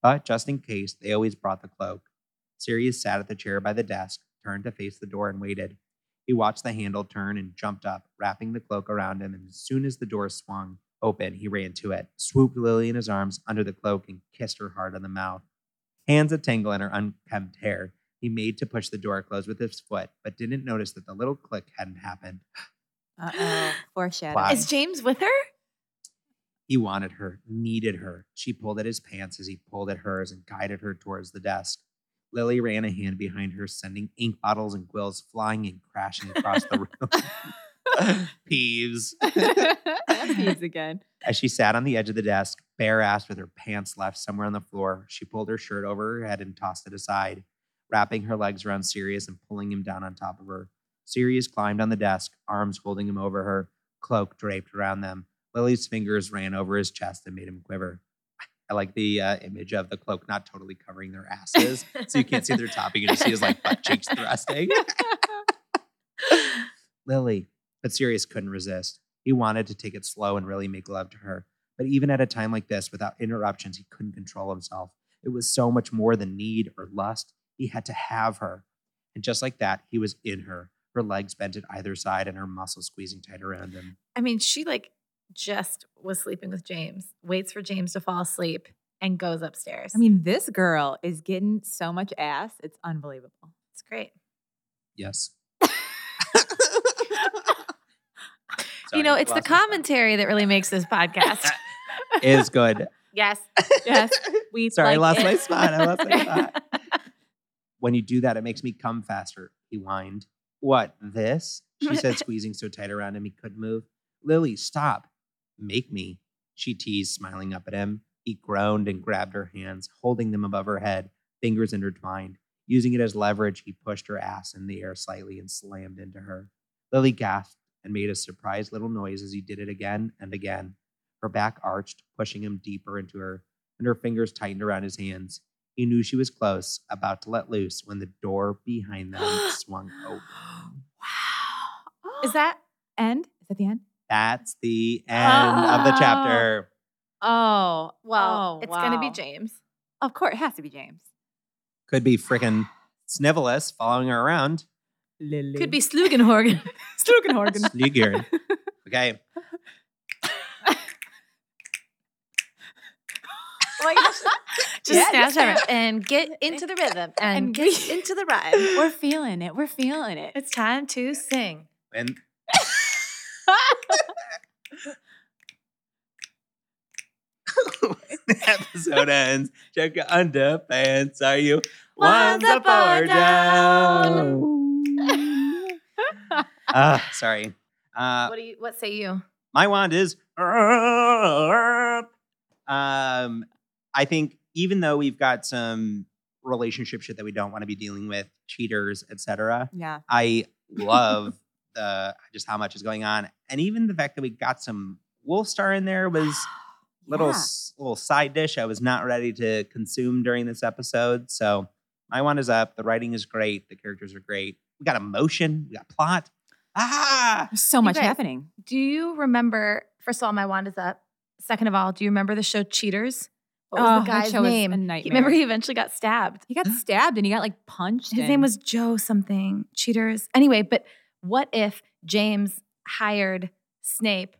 [SPEAKER 2] But just in case, they always brought the cloak. Sirius sat at the chair by the desk, turned to face the door, and waited. He watched the handle turn and jumped up, wrapping the cloak around him. And as soon as the door swung open, he ran to it, swooped Lily in his arms under the cloak, and kissed her hard on the mouth. Hands a tingle in her unkempt hair, He made to push the door closed with his foot, but didn't notice that the little click hadn't happened.
[SPEAKER 3] Uh oh. Foreshadowing.
[SPEAKER 2] Wow.
[SPEAKER 5] Is James with her?
[SPEAKER 2] He wanted her, needed her. She pulled at his pants as he pulled at hers and guided her towards the desk. Lily ran a hand behind her, sending ink bottles and quills flying and crashing across the room. Peeves.
[SPEAKER 3] That's Peeves again.
[SPEAKER 2] As she sat on the edge of the desk, bare assed with her pants left somewhere on the floor, she pulled her shirt over her head and tossed it aside, wrapping her legs around Sirius and pulling him down on top of her. Sirius climbed on the desk, arms holding him over her, cloak draped around them. Lily's fingers ran over his chest and made him quiver. I like the uh, image of the cloak not totally covering their asses, so you can't see their top. You can just see his like butt cheeks thrusting. Lily, but Sirius couldn't resist. He wanted to take it slow and really make love to her. But even at a time like this, without interruptions, he couldn't control himself. It was so much more than need or lust. He had to have her. And just like that, he was in her, her legs bent at either side and her muscles squeezing tight around him.
[SPEAKER 5] I mean, she like just was sleeping with James, waits for James to fall asleep, and goes upstairs.
[SPEAKER 3] I mean, this girl is getting so much ass. It's unbelievable.
[SPEAKER 5] it's great.
[SPEAKER 2] Yes.
[SPEAKER 5] you know,
[SPEAKER 2] Sorry,
[SPEAKER 5] it's
[SPEAKER 2] lost
[SPEAKER 5] the
[SPEAKER 2] my thought.
[SPEAKER 5] commentary that really makes this podcast.
[SPEAKER 2] Is good.
[SPEAKER 5] yes.
[SPEAKER 3] Yes. We
[SPEAKER 2] Sorry, I
[SPEAKER 3] like
[SPEAKER 2] lost
[SPEAKER 3] it.
[SPEAKER 2] my spot. I lost my spot. When you do that, it makes me come faster. He whined. What, this? She said, squeezing so tight around him he could move. Lily, stop. Make me. She teased, smiling up at him. He groaned and grabbed her hands, holding them above her head, fingers intertwined. Using it as leverage, he pushed her ass in the air slightly and slammed into her. Lily gasped and made a surprised little noise as he did it again and again. Her back arched, pushing him deeper into her, and her fingers tightened around his hands. He knew she was close, about to let loose, when the door behind them swung
[SPEAKER 3] wow. Oh,
[SPEAKER 2] open.
[SPEAKER 5] Is that
[SPEAKER 3] end? Is that the end?
[SPEAKER 2] That's the end of the chapter.
[SPEAKER 3] Oh,
[SPEAKER 5] well,
[SPEAKER 3] Oh,
[SPEAKER 5] it's gonna be
[SPEAKER 3] wow.
[SPEAKER 5] James.
[SPEAKER 3] of course. It has to be James.
[SPEAKER 2] Could be frickin' Snivelus following her around.
[SPEAKER 3] Lily.
[SPEAKER 5] Could be Slugenhorgan.
[SPEAKER 3] Strugenhorgen.
[SPEAKER 2] Slughorn. Okay.
[SPEAKER 5] Like, just
[SPEAKER 3] Yeah,
[SPEAKER 5] snatch
[SPEAKER 3] just
[SPEAKER 5] at
[SPEAKER 3] snap.
[SPEAKER 5] it and get into the rhythm and,
[SPEAKER 3] And
[SPEAKER 5] get
[SPEAKER 3] get-
[SPEAKER 5] into the rhyme.
[SPEAKER 3] We're feeling it. We're feeling it.
[SPEAKER 5] It's time to sing.
[SPEAKER 2] And the episode ends. Check your underpants. Are you
[SPEAKER 5] One's up or
[SPEAKER 2] Ah, sorry. Uh,
[SPEAKER 5] what do you? What say you?
[SPEAKER 2] my wand is um i think even though we've got some relationship shit that we don't want to be dealing with cheaters etc
[SPEAKER 3] yeah.
[SPEAKER 2] i love the just how much is going on and even the fact that we got some wolf star in there was little
[SPEAKER 3] Yeah.
[SPEAKER 2] s- little side dish i was not ready to consume during this episode so my wand is up the writing is great the characters are great we got emotion we got plot ah
[SPEAKER 3] There's so much
[SPEAKER 5] guys-
[SPEAKER 3] happening.
[SPEAKER 5] Do you remember? First of all, my wand is up. Second of all, do you remember the show Cheaters? What was
[SPEAKER 3] Oh,
[SPEAKER 5] the
[SPEAKER 3] that
[SPEAKER 5] guy's
[SPEAKER 3] show was a
[SPEAKER 5] name? He-
[SPEAKER 3] nightmare.
[SPEAKER 5] remember, he eventually got stabbed.
[SPEAKER 3] He got stabbed and he got like punched.
[SPEAKER 5] His
[SPEAKER 3] and-
[SPEAKER 5] name was Joe something. Cheaters. Anyway, but what if James hired Snape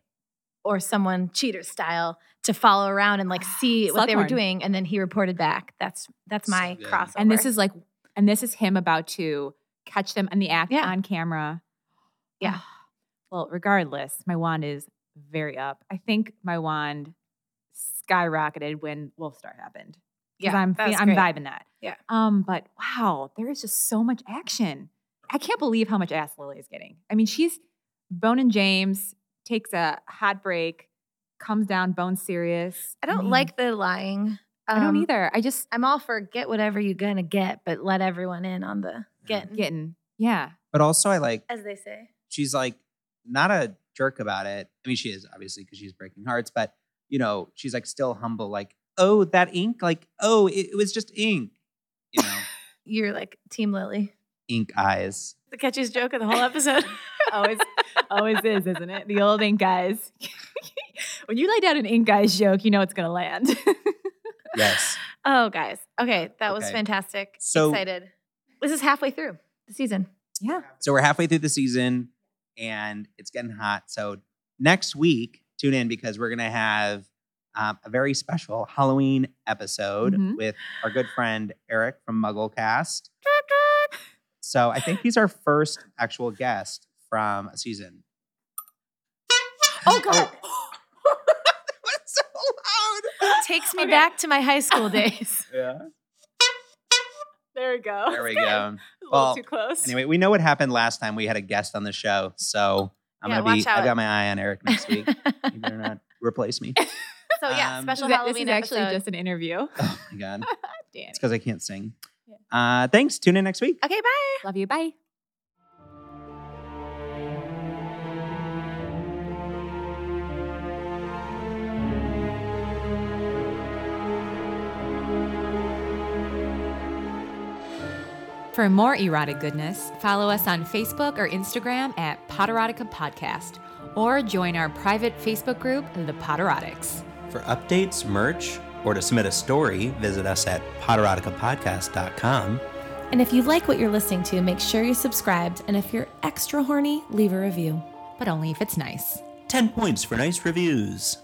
[SPEAKER 5] or someone cheater style to follow around and like see what they were
[SPEAKER 3] Slughorn.
[SPEAKER 5] doing, and then he reported back? That's that's
[SPEAKER 2] So
[SPEAKER 5] my
[SPEAKER 2] good.
[SPEAKER 5] crossover.
[SPEAKER 3] And this is like, and this is him about to catch them in the act
[SPEAKER 5] Yeah.
[SPEAKER 3] on camera. Ah,
[SPEAKER 5] Yeah.
[SPEAKER 3] well, regardless, my wand is very up. I think my wand skyrocketed when Wolfstar happened. 'Cause I'm
[SPEAKER 5] that was
[SPEAKER 3] fe- I'm
[SPEAKER 5] great.
[SPEAKER 3] vibing that.
[SPEAKER 5] Yeah.
[SPEAKER 3] Um, but wow, there is just so much action. I can't believe how much ass Lily is getting. I mean, she's Bone and James takes a hot break, comes down, Bone serious.
[SPEAKER 5] I don't
[SPEAKER 3] mean,
[SPEAKER 5] like the lying.
[SPEAKER 3] I don't
[SPEAKER 5] Um,
[SPEAKER 3] either. I just
[SPEAKER 5] I'm all for get whatever you're gonna get, but let everyone in on the getting,
[SPEAKER 3] getting yeah.
[SPEAKER 2] but also i like
[SPEAKER 5] as they say.
[SPEAKER 2] she's like not a jerk about it. I mean, she is obviously because she's breaking hearts, but you know, she's like still humble, like, oh, that ink, like, oh, it, it was just ink, you know,
[SPEAKER 5] You're like Team Lily.
[SPEAKER 2] ink eyes.
[SPEAKER 5] The catchiest joke of the whole episode.
[SPEAKER 3] always always is, isn't it? The old ink guys. when you lay down an ink guys joke, you know it's gonna land.
[SPEAKER 2] Yes.
[SPEAKER 5] oh, guys. Okay, that was
[SPEAKER 2] Okay.
[SPEAKER 5] fantastic.
[SPEAKER 2] So-
[SPEAKER 5] Excited. This is halfway through the season.
[SPEAKER 3] yeah.
[SPEAKER 2] So we're halfway through the season and it's getting hot. So next week, tune in because we're going to have um, a very special Halloween episode
[SPEAKER 5] Mm-hmm.
[SPEAKER 3] Mhm.
[SPEAKER 2] with our good friend Eric from Mugglecast. So I think he's our first actual guest from a season.
[SPEAKER 5] Oh god.
[SPEAKER 2] Oh, That's so loud.
[SPEAKER 5] Takes me
[SPEAKER 3] Okay.
[SPEAKER 5] back to my high school days.
[SPEAKER 2] Yeah.
[SPEAKER 3] There we go.
[SPEAKER 2] There we go.
[SPEAKER 3] A little
[SPEAKER 2] Well,
[SPEAKER 3] too close.
[SPEAKER 2] Anyway, we know what happened last time. We had a guest on the show, so I'm
[SPEAKER 5] Yeah,
[SPEAKER 2] gonna be.
[SPEAKER 5] watch out.
[SPEAKER 2] I've got my eye on Eric next
[SPEAKER 5] so
[SPEAKER 2] week. you better not replace me.
[SPEAKER 5] yeah,
[SPEAKER 2] Um,
[SPEAKER 3] This
[SPEAKER 5] special
[SPEAKER 3] is- this
[SPEAKER 5] Halloween
[SPEAKER 3] is actually
[SPEAKER 5] episode.
[SPEAKER 3] just an interview.
[SPEAKER 2] Oh my god,
[SPEAKER 3] Danny.
[SPEAKER 2] it's because I can't sing.
[SPEAKER 3] Yeah.
[SPEAKER 2] Uh, thanks. Tune in next week.
[SPEAKER 5] okay, bye.
[SPEAKER 3] Love you. Bye. For more erotic goodness, follow us on Facebook or Instagram at Potterotica Podcast, or join our private Facebook group, The Potterotics.
[SPEAKER 2] For updates, merch, or to submit a story, visit us at poderoticapodcast.com.
[SPEAKER 1] And if you like what you're listening to, make sure you're subscribed. And if you're extra horny, leave a review.
[SPEAKER 3] But only if it's nice.
[SPEAKER 2] 10 points for nice reviews.